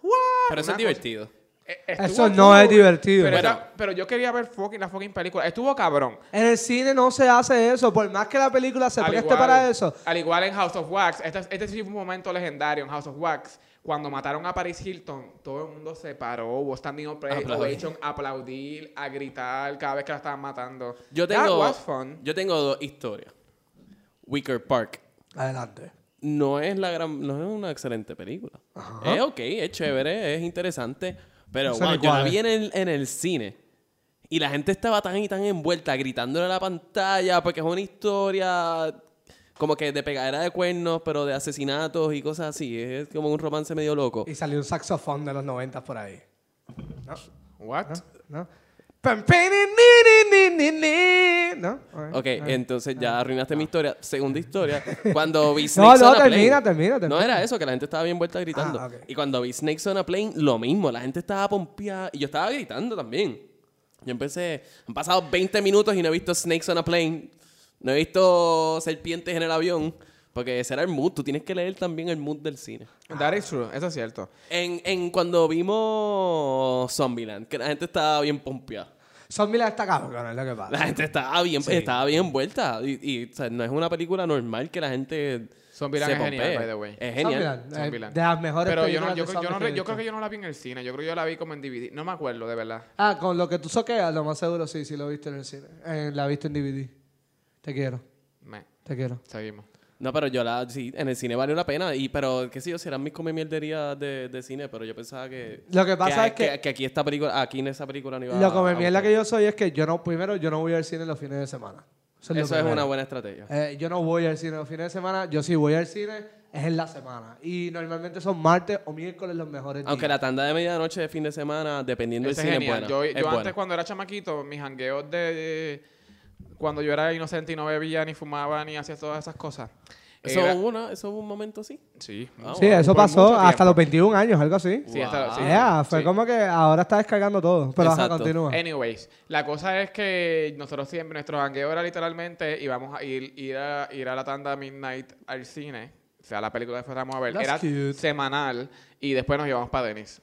[SPEAKER 2] ¡guau!
[SPEAKER 1] Pero eso es
[SPEAKER 2] Una cosa-
[SPEAKER 1] divertido.
[SPEAKER 2] Eh, estuvo
[SPEAKER 3] Eso no
[SPEAKER 2] cool,
[SPEAKER 3] es divertido.
[SPEAKER 2] Pero,
[SPEAKER 1] Bueno.
[SPEAKER 2] era- pero yo quería ver fucking, la fucking película. Estuvo cabrón.
[SPEAKER 3] En el cine no se hace eso, por más que la película se
[SPEAKER 2] Al
[SPEAKER 3] preste
[SPEAKER 2] igual-
[SPEAKER 3] para eso.
[SPEAKER 2] Al igual en House of Wax. Este, este sí fue un momento legendario en House of Wax. Cuando mataron a Paris Hilton, todo el mundo se paró, hubo standing ope-
[SPEAKER 1] Aplaudir.
[SPEAKER 2] ovation, aplaudir, a gritar cada vez que la estaban matando.
[SPEAKER 1] Yo
[SPEAKER 2] That
[SPEAKER 1] tengo,
[SPEAKER 2] was fun.
[SPEAKER 1] yo tengo dos historias. Wicker Park.
[SPEAKER 3] Adelante.
[SPEAKER 1] no es la gran no es una excelente película. Es ok, es chévere, es interesante, pero
[SPEAKER 3] No sé
[SPEAKER 1] wow,
[SPEAKER 3] ni
[SPEAKER 1] yo la
[SPEAKER 3] cuál es.
[SPEAKER 1] vi en el, en el cine y la gente estaba tan y tan envuelta gritándole a la pantalla porque es una historia como que de pegadera de cuernos, pero de asesinatos y cosas así, es como un romance medio loco.
[SPEAKER 3] Y salió un saxofón de los 90 por ahí.
[SPEAKER 2] What?
[SPEAKER 3] ¿No? Pam, pam, ni, ni, ni, ni, ni. ¿No? Ok.
[SPEAKER 1] Ok, entonces ya arruinaste mi historia. Segunda historia. Cuando vi
[SPEAKER 3] Ah. No,
[SPEAKER 1] Snakes
[SPEAKER 3] no,
[SPEAKER 1] on a Plane.
[SPEAKER 3] termina, termina, termina.
[SPEAKER 1] No era eso, que la gente estaba bien vuelta gritando.
[SPEAKER 3] Ah, ok.
[SPEAKER 1] Y cuando vi Snakes on a Plane, lo mismo. La gente estaba pompeada. Y yo estaba gritando también. Yo empecé. Han pasado 20 minutos y no he visto Snakes on a Plane. No he visto serpientes en el avión. Porque ese era el mood. Tú tienes que leer también el mood del cine.
[SPEAKER 3] Ah.
[SPEAKER 2] That is true. Eso es cierto.
[SPEAKER 1] En, en cuando vimos Zombieland, que la gente estaba bien pompeada.
[SPEAKER 3] Son miles de cabrón, es lo que
[SPEAKER 1] La
[SPEAKER 3] pasa.
[SPEAKER 1] gente estaba bien, estaba bien vuelta. Y, y, o sea, no es una película normal que la gente.
[SPEAKER 2] Zombieland
[SPEAKER 1] se
[SPEAKER 2] es genial,
[SPEAKER 1] pompee.
[SPEAKER 2] by the way.
[SPEAKER 1] Es genial.
[SPEAKER 3] Zombieland, eh,
[SPEAKER 2] Zombieland.
[SPEAKER 3] de las mejores
[SPEAKER 2] Pero yo, no,
[SPEAKER 3] películas
[SPEAKER 2] yo,
[SPEAKER 3] de
[SPEAKER 2] creo- yo, no
[SPEAKER 3] zombies
[SPEAKER 2] re-
[SPEAKER 3] he
[SPEAKER 2] yo creo
[SPEAKER 3] visto.
[SPEAKER 2] que yo no la vi en el cine. Yo creo que yo la vi como en DVD. No me acuerdo, de verdad.
[SPEAKER 3] Ah, con lo que tú soqueas, lo más seguro sí, sí lo viste en el cine. Eh, la viste en DVD. Te quiero,
[SPEAKER 2] Me-
[SPEAKER 3] te quiero.
[SPEAKER 2] Seguimos.
[SPEAKER 1] No, pero yo la. Sí, en el cine valió la pena. Y, pero, qué sé yo, si eran mis comemierderías de, de cine, pero yo pensaba que.
[SPEAKER 3] Lo que pasa es que-
[SPEAKER 1] aquí esta película. Aquí en esa película no iba
[SPEAKER 3] Lo que me
[SPEAKER 1] a-
[SPEAKER 3] mierda que yo soy es que yo no, primero, yo no voy al cine los fines de semana. Eso es, lo
[SPEAKER 1] Eso es
[SPEAKER 3] primero.
[SPEAKER 1] una buena estrategia.
[SPEAKER 3] Eh, yo no voy al cine los fines de semana. Yo sí voy al cine, es en la semana. Y normalmente son martes o miércoles los mejores
[SPEAKER 1] Aunque
[SPEAKER 3] días.
[SPEAKER 1] la tanda de medianoche de fin de semana, dependiendo del
[SPEAKER 2] Ese es
[SPEAKER 1] cine, es
[SPEAKER 2] genial.
[SPEAKER 1] buena.
[SPEAKER 2] Yo,
[SPEAKER 1] Es
[SPEAKER 2] yo
[SPEAKER 1] buena.
[SPEAKER 2] antes, cuando era chamaquito, mis jangueos de, Cuando yo era inocente y no bebía, ni fumaba, ni hacía todas esas cosas.
[SPEAKER 1] Eso
[SPEAKER 2] era-
[SPEAKER 1] hubo una- eso hubo un momento así.
[SPEAKER 2] Sí.
[SPEAKER 1] Ah,
[SPEAKER 3] Sí,
[SPEAKER 1] bueno,
[SPEAKER 3] eso
[SPEAKER 2] por
[SPEAKER 3] pasó
[SPEAKER 2] mucho
[SPEAKER 3] hasta
[SPEAKER 2] tiempo.
[SPEAKER 3] los 21 años, algo así.
[SPEAKER 2] Sí, hasta-
[SPEAKER 1] Wow.
[SPEAKER 2] sí,
[SPEAKER 3] Yeah, fue
[SPEAKER 2] sí.
[SPEAKER 3] como que ahora está descargando todo. Pero ajá,
[SPEAKER 1] ah, Exacto.
[SPEAKER 3] continúa.
[SPEAKER 2] Anyways, la cosa es que nosotros siempre, nuestro jangueo era literalmente, íbamos a ir, ir, a, ir a la tanda Midnight al cine, o sea, la película que fuéramos a ver,
[SPEAKER 3] That's
[SPEAKER 2] era
[SPEAKER 3] cute.
[SPEAKER 2] semanal, y después nos llevamos para Denis.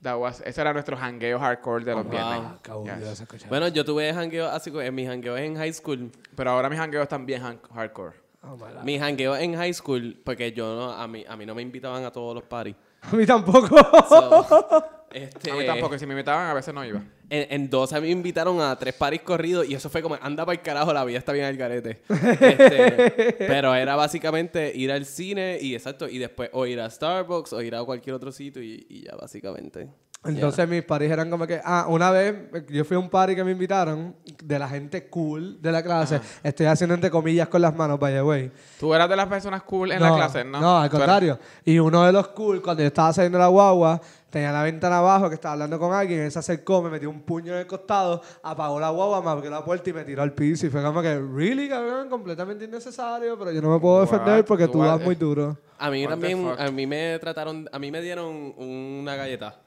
[SPEAKER 2] That was- ese era nuestro jangueo hardcore de los
[SPEAKER 1] wow.
[SPEAKER 2] viernes.
[SPEAKER 3] Qué aburrido
[SPEAKER 2] Yes.
[SPEAKER 3] se escucha.
[SPEAKER 1] Bueno, yo tuve jangueos así. En mis jangueos en high school.
[SPEAKER 2] Pero ahora mis jangueos están bien han- hardcore.
[SPEAKER 3] Oh, my God.
[SPEAKER 1] Mi jangueo en high school, porque yo no, a mí, a mí no me invitaban a todos los parties.
[SPEAKER 3] A mí tampoco.
[SPEAKER 1] So, este,
[SPEAKER 2] A mí tampoco, si me invitaban a veces no iba.
[SPEAKER 1] En, en 12 a mí me invitaron a tres paris corridos y eso fue como, anda para el carajo, la vida está bien al garete. Este, pero era básicamente ir al cine y exacto, y después o ir a Starbucks o ir a cualquier otro sitio y, y ya básicamente.
[SPEAKER 3] Entonces mis paris eran como que, ah, una vez yo fui a un party que me invitaron de la gente cool de la clase. Estoy haciendo entre comillas con las manos, by the way.
[SPEAKER 2] Tú eras de las personas cool en la clase, ¿no?
[SPEAKER 3] al
[SPEAKER 2] Tú eras-
[SPEAKER 3] contrario. Y uno de los cool, cuando yo estaba saliendo de la guagua, tenía la ventana abajo que estaba hablando con alguien, él se acercó, me metió un puño en el costado, apagó la guagua, me abrió la puerta y me tiró al piso. Y fue como que, really, cabrón, completamente innecesario, pero yo no me puedo
[SPEAKER 2] What?
[SPEAKER 3] defender porque tú
[SPEAKER 2] What?
[SPEAKER 3] vas muy duro.
[SPEAKER 1] A mí
[SPEAKER 2] What the
[SPEAKER 1] también,
[SPEAKER 2] fuck?
[SPEAKER 1] a mí me trataron, a mí me dieron una galleta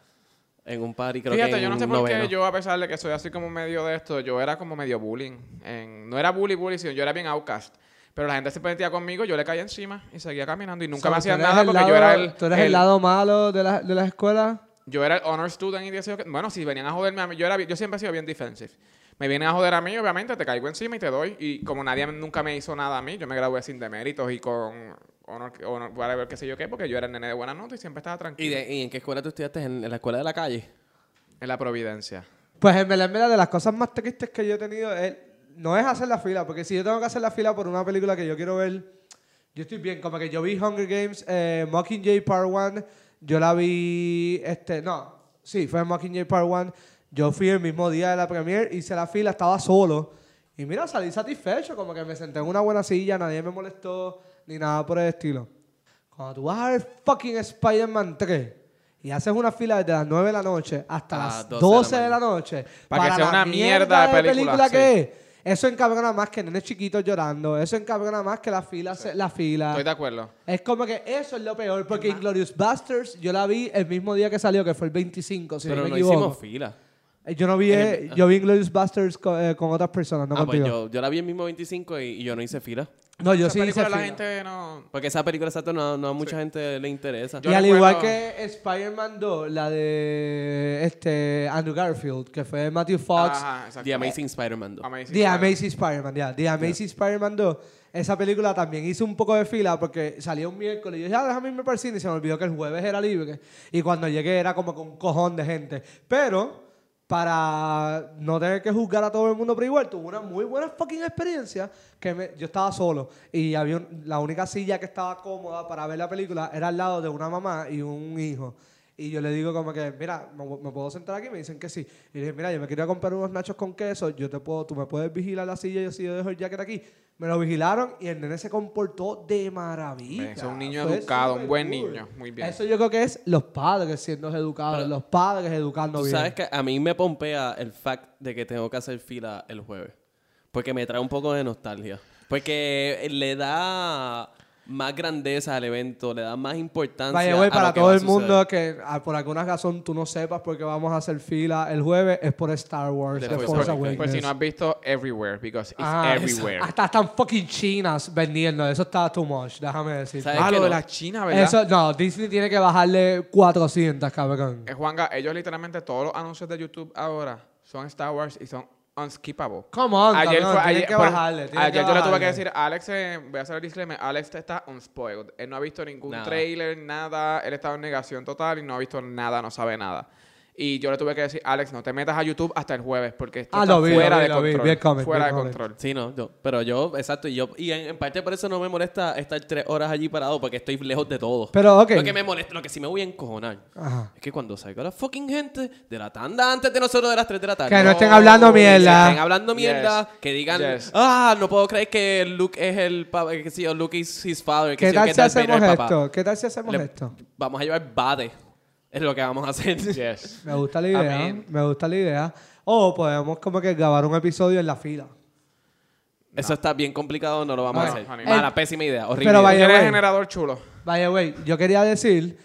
[SPEAKER 1] en un party, creo que
[SPEAKER 2] Fíjate,
[SPEAKER 1] en
[SPEAKER 2] yo no sé por
[SPEAKER 1] noveno.
[SPEAKER 2] qué yo, a pesar de que soy así como medio de esto, yo era como medio bullying. En- no era bully, bully, sino yo era bien outcast. Pero la gente se metía conmigo, yo le caía encima y seguía caminando y nunca
[SPEAKER 3] O sea,
[SPEAKER 2] me
[SPEAKER 3] tú
[SPEAKER 2] hacían
[SPEAKER 3] eres
[SPEAKER 2] nada
[SPEAKER 3] el
[SPEAKER 2] porque
[SPEAKER 3] lado-
[SPEAKER 2] yo era el...
[SPEAKER 3] Tú eres el,
[SPEAKER 2] el-
[SPEAKER 3] lado malo de la, de la escuela.
[SPEAKER 2] Yo era el honor student y decía que... Bueno, si venían a joderme a mí, yo, era, bien- yo siempre he sido bien defensive. Me vienen a joder a mí, obviamente, te caigo encima y te doy. Y como nadie me- nunca me hizo nada a mí, yo me gradué sin deméritos y con honor, honor whatever, qué sé yo qué, porque yo era el nene de buena nota y siempre estaba
[SPEAKER 1] ¿Y,
[SPEAKER 2] tranquilo.
[SPEAKER 1] de- y en qué escuela tú estudiaste? ¿En, en la escuela de la calle?
[SPEAKER 2] En la providencia.
[SPEAKER 3] Pues en verdad, en verdad, de las cosas más tristes que yo he tenido es- no es hacer la fila, porque si yo tengo que hacer la fila por una película que yo quiero ver, yo estoy bien. Como que yo vi Hunger Games, eh, Mockingjay Part 1, yo la vi, este, no, sí, fue Mockingjay Part 1. Yo fui el mismo día de la premiere, hice la fila, estaba solo. Y mira, salí satisfecho, como que me senté en una buena silla, nadie me molestó, ni nada por el estilo. Cuando tú vas a ver fucking Spider-Man 3 y haces una fila desde las 9 de la noche hasta
[SPEAKER 2] Ah,
[SPEAKER 1] A
[SPEAKER 3] las
[SPEAKER 1] 12 de la
[SPEAKER 3] 12 de la noche
[SPEAKER 2] Para que sea
[SPEAKER 3] la
[SPEAKER 2] una mierda de película,
[SPEAKER 3] que
[SPEAKER 2] sí.
[SPEAKER 3] es. Eso encabrona más que nenes chiquitos llorando. Eso encabrona más que la fila. se- la fila.
[SPEAKER 2] Estoy de acuerdo.
[SPEAKER 3] Es como que eso es lo peor. Porque Inglorious Busters yo la vi el mismo día que salió, que fue el 25, si
[SPEAKER 1] Pero
[SPEAKER 3] no
[SPEAKER 1] no,
[SPEAKER 3] me equivoco.
[SPEAKER 1] hicimos fila.
[SPEAKER 3] Eh, Yo no vi, eh,
[SPEAKER 2] ah.
[SPEAKER 1] el-
[SPEAKER 3] yo vi Inglorious Busters con, eh, con otras personas, no
[SPEAKER 1] ah, pues
[SPEAKER 3] contigo.
[SPEAKER 1] yo, yo la vi el mismo 25 y, y yo no hice fila.
[SPEAKER 3] No, yo
[SPEAKER 2] Esa
[SPEAKER 3] sí hice
[SPEAKER 2] película la
[SPEAKER 3] fila.
[SPEAKER 2] gente no...
[SPEAKER 1] Porque esa película exacto no, no a mucha gente le interesa.
[SPEAKER 2] Yo
[SPEAKER 3] y al
[SPEAKER 2] recuerdo-
[SPEAKER 3] igual que Spider-Man 2, la de este Andrew Garfield, que fue Matthew Fox,
[SPEAKER 2] Ajá, exacto.
[SPEAKER 1] The Amazing Spider-Man 2.
[SPEAKER 2] Amazing
[SPEAKER 3] The
[SPEAKER 2] Spider-Man.
[SPEAKER 3] Amazing Spider-Man, ya. The Amazing Spider-Man 2. Esa película también hizo un poco de fila porque salió un miércoles. Y yo dije, ah, déjame irme para el cine. Y se me olvidó que el jueves era libre. Y cuando llegué era como que un cojón de gente. Pero, para no tener que juzgar a todo el mundo, pero igual tuve una muy buena fucking experiencia. que me- Yo estaba solo. Y había un- la única silla que estaba cómoda para ver la película era al lado de una mamá y un hijo. Y yo le digo como que, mira, ¿me, me puedo sentar aquí? Me dicen que sí. Y le dije, mira, yo me quería comprar unos nachos con queso. Yo te puedo, tú me puedes vigilar la silla. Yo sí, yo dejo el jacket aquí. Me lo vigilaron y el nene se comportó de maravilla.
[SPEAKER 2] Eso es un niño
[SPEAKER 3] Fue
[SPEAKER 2] educado, un
[SPEAKER 3] súper
[SPEAKER 2] buen niño. Muy bien.
[SPEAKER 3] Eso yo creo que es los padres siendo educados,
[SPEAKER 1] Pero-
[SPEAKER 3] los padres educando
[SPEAKER 1] Tú
[SPEAKER 3] bien.
[SPEAKER 1] sabes que a mí me pompea el fact de que tengo que hacer fila el jueves. Porque me trae un poco de nostalgia. Porque le da más grandeza al evento, le da más importancia.
[SPEAKER 3] Vaya, güey,
[SPEAKER 1] a
[SPEAKER 3] para
[SPEAKER 1] lo que
[SPEAKER 3] todo
[SPEAKER 1] va a
[SPEAKER 3] el mundo
[SPEAKER 1] suceder.
[SPEAKER 3] que ah, por alguna razón tú no sepas por qué vamos a hacer fila el jueves, es por Star Wars, The
[SPEAKER 1] Después,
[SPEAKER 3] Force
[SPEAKER 1] pues,
[SPEAKER 2] Pues,
[SPEAKER 3] Awakens.
[SPEAKER 2] pues si no has visto Everywhere, because it's
[SPEAKER 3] Ah,
[SPEAKER 2] everywhere.
[SPEAKER 3] Hasta están fucking chinas vendiendo. Eso está too much, déjame decir.
[SPEAKER 1] ¿Sabes
[SPEAKER 2] Ah,
[SPEAKER 1] que
[SPEAKER 2] lo de
[SPEAKER 1] no?
[SPEAKER 2] la China, ¿verdad?
[SPEAKER 3] Eso, no, Disney tiene que bajarle 400, cabrón.
[SPEAKER 2] Eh, Juanga, ellos literalmente todos los anuncios de YouTube ahora son Star Wars y son unskippable.
[SPEAKER 3] Come on,
[SPEAKER 2] ayer
[SPEAKER 3] cabrón,
[SPEAKER 2] fue-
[SPEAKER 3] tienen
[SPEAKER 2] ayer-
[SPEAKER 3] que
[SPEAKER 2] por-
[SPEAKER 3] bajarle. tienen
[SPEAKER 2] ayer
[SPEAKER 3] que
[SPEAKER 2] yo le tuve que
[SPEAKER 3] bajarle.
[SPEAKER 2] decir, Alex, eh, voy a hacer el disclaimer, Alex está unspoiled. Él no ha visto ningún
[SPEAKER 1] Nada.
[SPEAKER 2] trailer, nada, él estaba en negación total y no ha visto nada, no sabe nada. Y yo le tuve que decir, Alex, no te metas a YouTube hasta el jueves porque esto
[SPEAKER 3] Ah,
[SPEAKER 2] está
[SPEAKER 3] lo vi, lo
[SPEAKER 2] fuera
[SPEAKER 3] vi,
[SPEAKER 2] de
[SPEAKER 3] lo vi.
[SPEAKER 2] control.
[SPEAKER 3] Bien comment,
[SPEAKER 2] fuera
[SPEAKER 3] bien
[SPEAKER 2] de
[SPEAKER 3] comment.
[SPEAKER 2] control.
[SPEAKER 1] Sí, no, yo- pero yo, exacto, y yo, y en, en parte por eso no me molesta estar tres horas allí parado porque estoy lejos de todo.
[SPEAKER 3] Pero, ok.
[SPEAKER 1] Lo que me molesta, lo que sí me voy a encojonar
[SPEAKER 3] Ajá.
[SPEAKER 1] es que cuando salga la fucking gente de la tanda antes de nosotros de las 3 de la tarde. Oh,
[SPEAKER 3] Que no estén hablando mierda.
[SPEAKER 1] Que estén hablando mierda,
[SPEAKER 2] Yes.
[SPEAKER 1] que digan,
[SPEAKER 2] Yes.
[SPEAKER 1] ah, no puedo creer que Luke es el pa- eh, que sí, o Luke is his father, que
[SPEAKER 3] ¿Qué
[SPEAKER 1] sí, o
[SPEAKER 3] tal
[SPEAKER 1] que
[SPEAKER 3] si
[SPEAKER 1] Darth Vader
[SPEAKER 3] hacemos
[SPEAKER 1] es papá".
[SPEAKER 3] esto? ¿Qué tal si hacemos
[SPEAKER 1] Le-
[SPEAKER 3] esto?
[SPEAKER 1] Vamos a llevar bade. Es lo que vamos a hacer.
[SPEAKER 2] Yes.
[SPEAKER 3] Me gusta la
[SPEAKER 2] I
[SPEAKER 3] idea,
[SPEAKER 2] mean-
[SPEAKER 3] me gusta la idea. O podemos como que grabar un episodio en la fila.
[SPEAKER 1] Eso está bien complicado, no lo vamos
[SPEAKER 2] No,
[SPEAKER 1] a hacer.
[SPEAKER 2] Ah, honey.
[SPEAKER 1] Mala,
[SPEAKER 3] Eh,
[SPEAKER 1] pésima idea, horrible.
[SPEAKER 3] pero vaya-
[SPEAKER 2] Tú eres
[SPEAKER 3] way.
[SPEAKER 2] generador chulo.
[SPEAKER 3] By the way, yo quería decir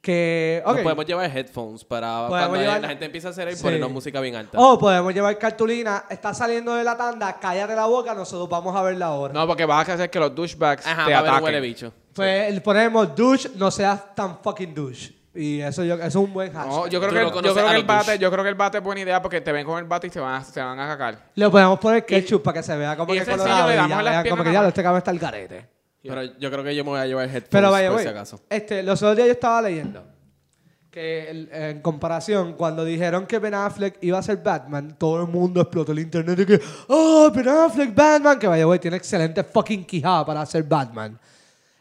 [SPEAKER 3] que...
[SPEAKER 1] Nos
[SPEAKER 3] ok.
[SPEAKER 1] podemos llevar headphones para
[SPEAKER 3] Podemos
[SPEAKER 1] cuando
[SPEAKER 3] llevar-
[SPEAKER 1] la gente empieza a hacer y
[SPEAKER 3] Sí. Oh.
[SPEAKER 1] ponernos música bien alta.
[SPEAKER 3] O podemos llevar cartulina, está saliendo de la tanda, cállate la boca, nosotros vamos a verla ahora.
[SPEAKER 2] No, porque vas a hacer que los douchebags
[SPEAKER 1] Ajá,
[SPEAKER 2] te
[SPEAKER 1] va a haber un
[SPEAKER 2] ataquen.
[SPEAKER 1] huele bicho.
[SPEAKER 3] Pues ponemos douche, no seas tan fucking douche. Y eso, yo, eso es un buen hashtag.
[SPEAKER 2] No, yo creo,
[SPEAKER 1] Tú
[SPEAKER 2] que,
[SPEAKER 1] no
[SPEAKER 2] el- yo
[SPEAKER 1] conoces
[SPEAKER 2] creo
[SPEAKER 1] a
[SPEAKER 2] que el
[SPEAKER 1] los
[SPEAKER 2] bate,
[SPEAKER 1] douche.
[SPEAKER 2] yo creo que el bate es buena idea porque te ven con el bate y se van a, se van a cagar.
[SPEAKER 3] Le podemos poner ketchup para que se vea como
[SPEAKER 2] y
[SPEAKER 3] que
[SPEAKER 2] es sencillo,
[SPEAKER 3] colorado
[SPEAKER 2] le
[SPEAKER 3] y
[SPEAKER 2] damos
[SPEAKER 3] ya
[SPEAKER 2] las
[SPEAKER 3] vean como
[SPEAKER 2] piernas
[SPEAKER 3] que ya
[SPEAKER 2] nada
[SPEAKER 3] este cabrón está al garete.
[SPEAKER 1] Pero yo creo que yo me voy a llevar headphones
[SPEAKER 3] Pero vaya,
[SPEAKER 1] por
[SPEAKER 3] güey.
[SPEAKER 1] si acaso.
[SPEAKER 3] Este, los otros días yo estaba leyendo que el- en comparación, cuando dijeron que Ben Affleck iba a ser Batman, todo el mundo explotó el internet y que, ¡Oh, Ben Affleck, Batman! Que vaya, güey, tiene excelente fucking quijada para ser Batman.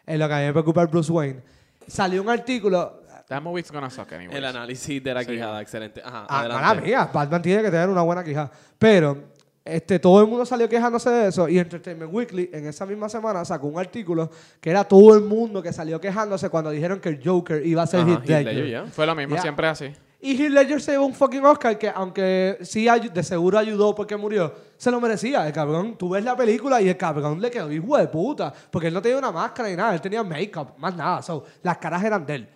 [SPEAKER 3] Es lo que a mí me preocupa el Bruce Wayne. Salió un artículo.
[SPEAKER 2] That movie's gonna suck anyway.
[SPEAKER 1] El análisis de la quijada, excelente. Ajá,
[SPEAKER 3] Ah,
[SPEAKER 1] adelante.
[SPEAKER 3] mala mía, Batman tiene que tener una buena quijada. Pero este, todo el mundo salió quejándose de eso. Y Entertainment Weekly en esa misma semana sacó un artículo que era todo el mundo que salió quejándose cuando dijeron que el Joker iba a ser
[SPEAKER 1] Ajá,
[SPEAKER 3] Heath
[SPEAKER 1] Heath
[SPEAKER 3] Ledger.
[SPEAKER 1] Ledger, ya.
[SPEAKER 2] Fue lo mismo,
[SPEAKER 3] Ya.
[SPEAKER 2] siempre así.
[SPEAKER 3] Y Heath Ledger se llevó un fucking Oscar que, aunque sí ayu- de seguro ayudó porque murió, se lo merecía. El cabrón, tú ves la película y el cabrón le quedó hijo de puta. Porque él no tenía una máscara ni nada, él tenía make-up, más nada. So, las caras eran de él.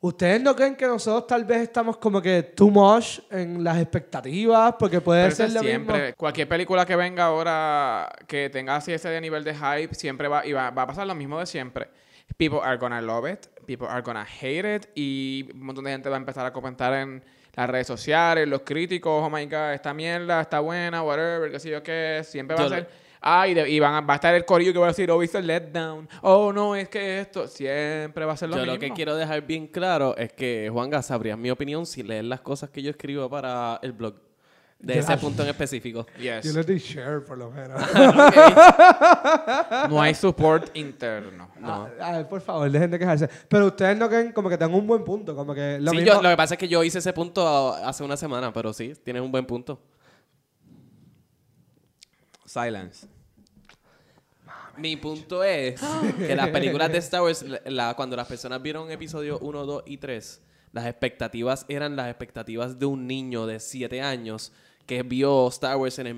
[SPEAKER 3] ¿Ustedes no creen que nosotros tal vez estamos como que too much en las expectativas? Porque puede
[SPEAKER 2] Pero eso
[SPEAKER 3] ser
[SPEAKER 2] es
[SPEAKER 3] lo
[SPEAKER 2] siempre.
[SPEAKER 3] mismo.
[SPEAKER 2] Cualquier película que venga ahora que tenga así ese de nivel de hype, siempre va, y va, va a pasar lo mismo de siempre. People are gonna love it, people are gonna hate it, y un montón de gente va a empezar a comentar en las redes sociales, los críticos, oh my god, esta mierda está buena, whatever, qué sé yo qué, siempre va
[SPEAKER 1] Yo
[SPEAKER 2] a
[SPEAKER 1] le-
[SPEAKER 2] ser. Ay, de- y van a- va a estar el corillo que va a decir, oh, viste el letdown. Oh, no, es que esto. Siempre va a ser lo
[SPEAKER 1] Yo
[SPEAKER 2] mismo.
[SPEAKER 1] lo que quiero dejar bien claro es que, Juanga, sabrías mi opinión si lees las cosas que yo escribo para el blog. De
[SPEAKER 3] Ya.
[SPEAKER 1] ese punto en específico.
[SPEAKER 2] Yes.
[SPEAKER 3] Yo les di share, por lo menos.
[SPEAKER 2] No hay support interno.
[SPEAKER 3] Ah, ah, por favor, dejen de quejarse. Pero ustedes no creen como que tengan un buen punto. Como que lo
[SPEAKER 1] Sí,
[SPEAKER 3] mismo-
[SPEAKER 1] yo- lo que pasa es que yo hice ese punto a- hace una semana, pero sí, tienes un buen punto.
[SPEAKER 2] Silence.
[SPEAKER 1] Mi punto es que las películas de Star Wars, la- la- cuando las personas vieron episodio 1, 2 y 3, las expectativas eran las expectativas de un niño de 7 años que vio Star Wars en el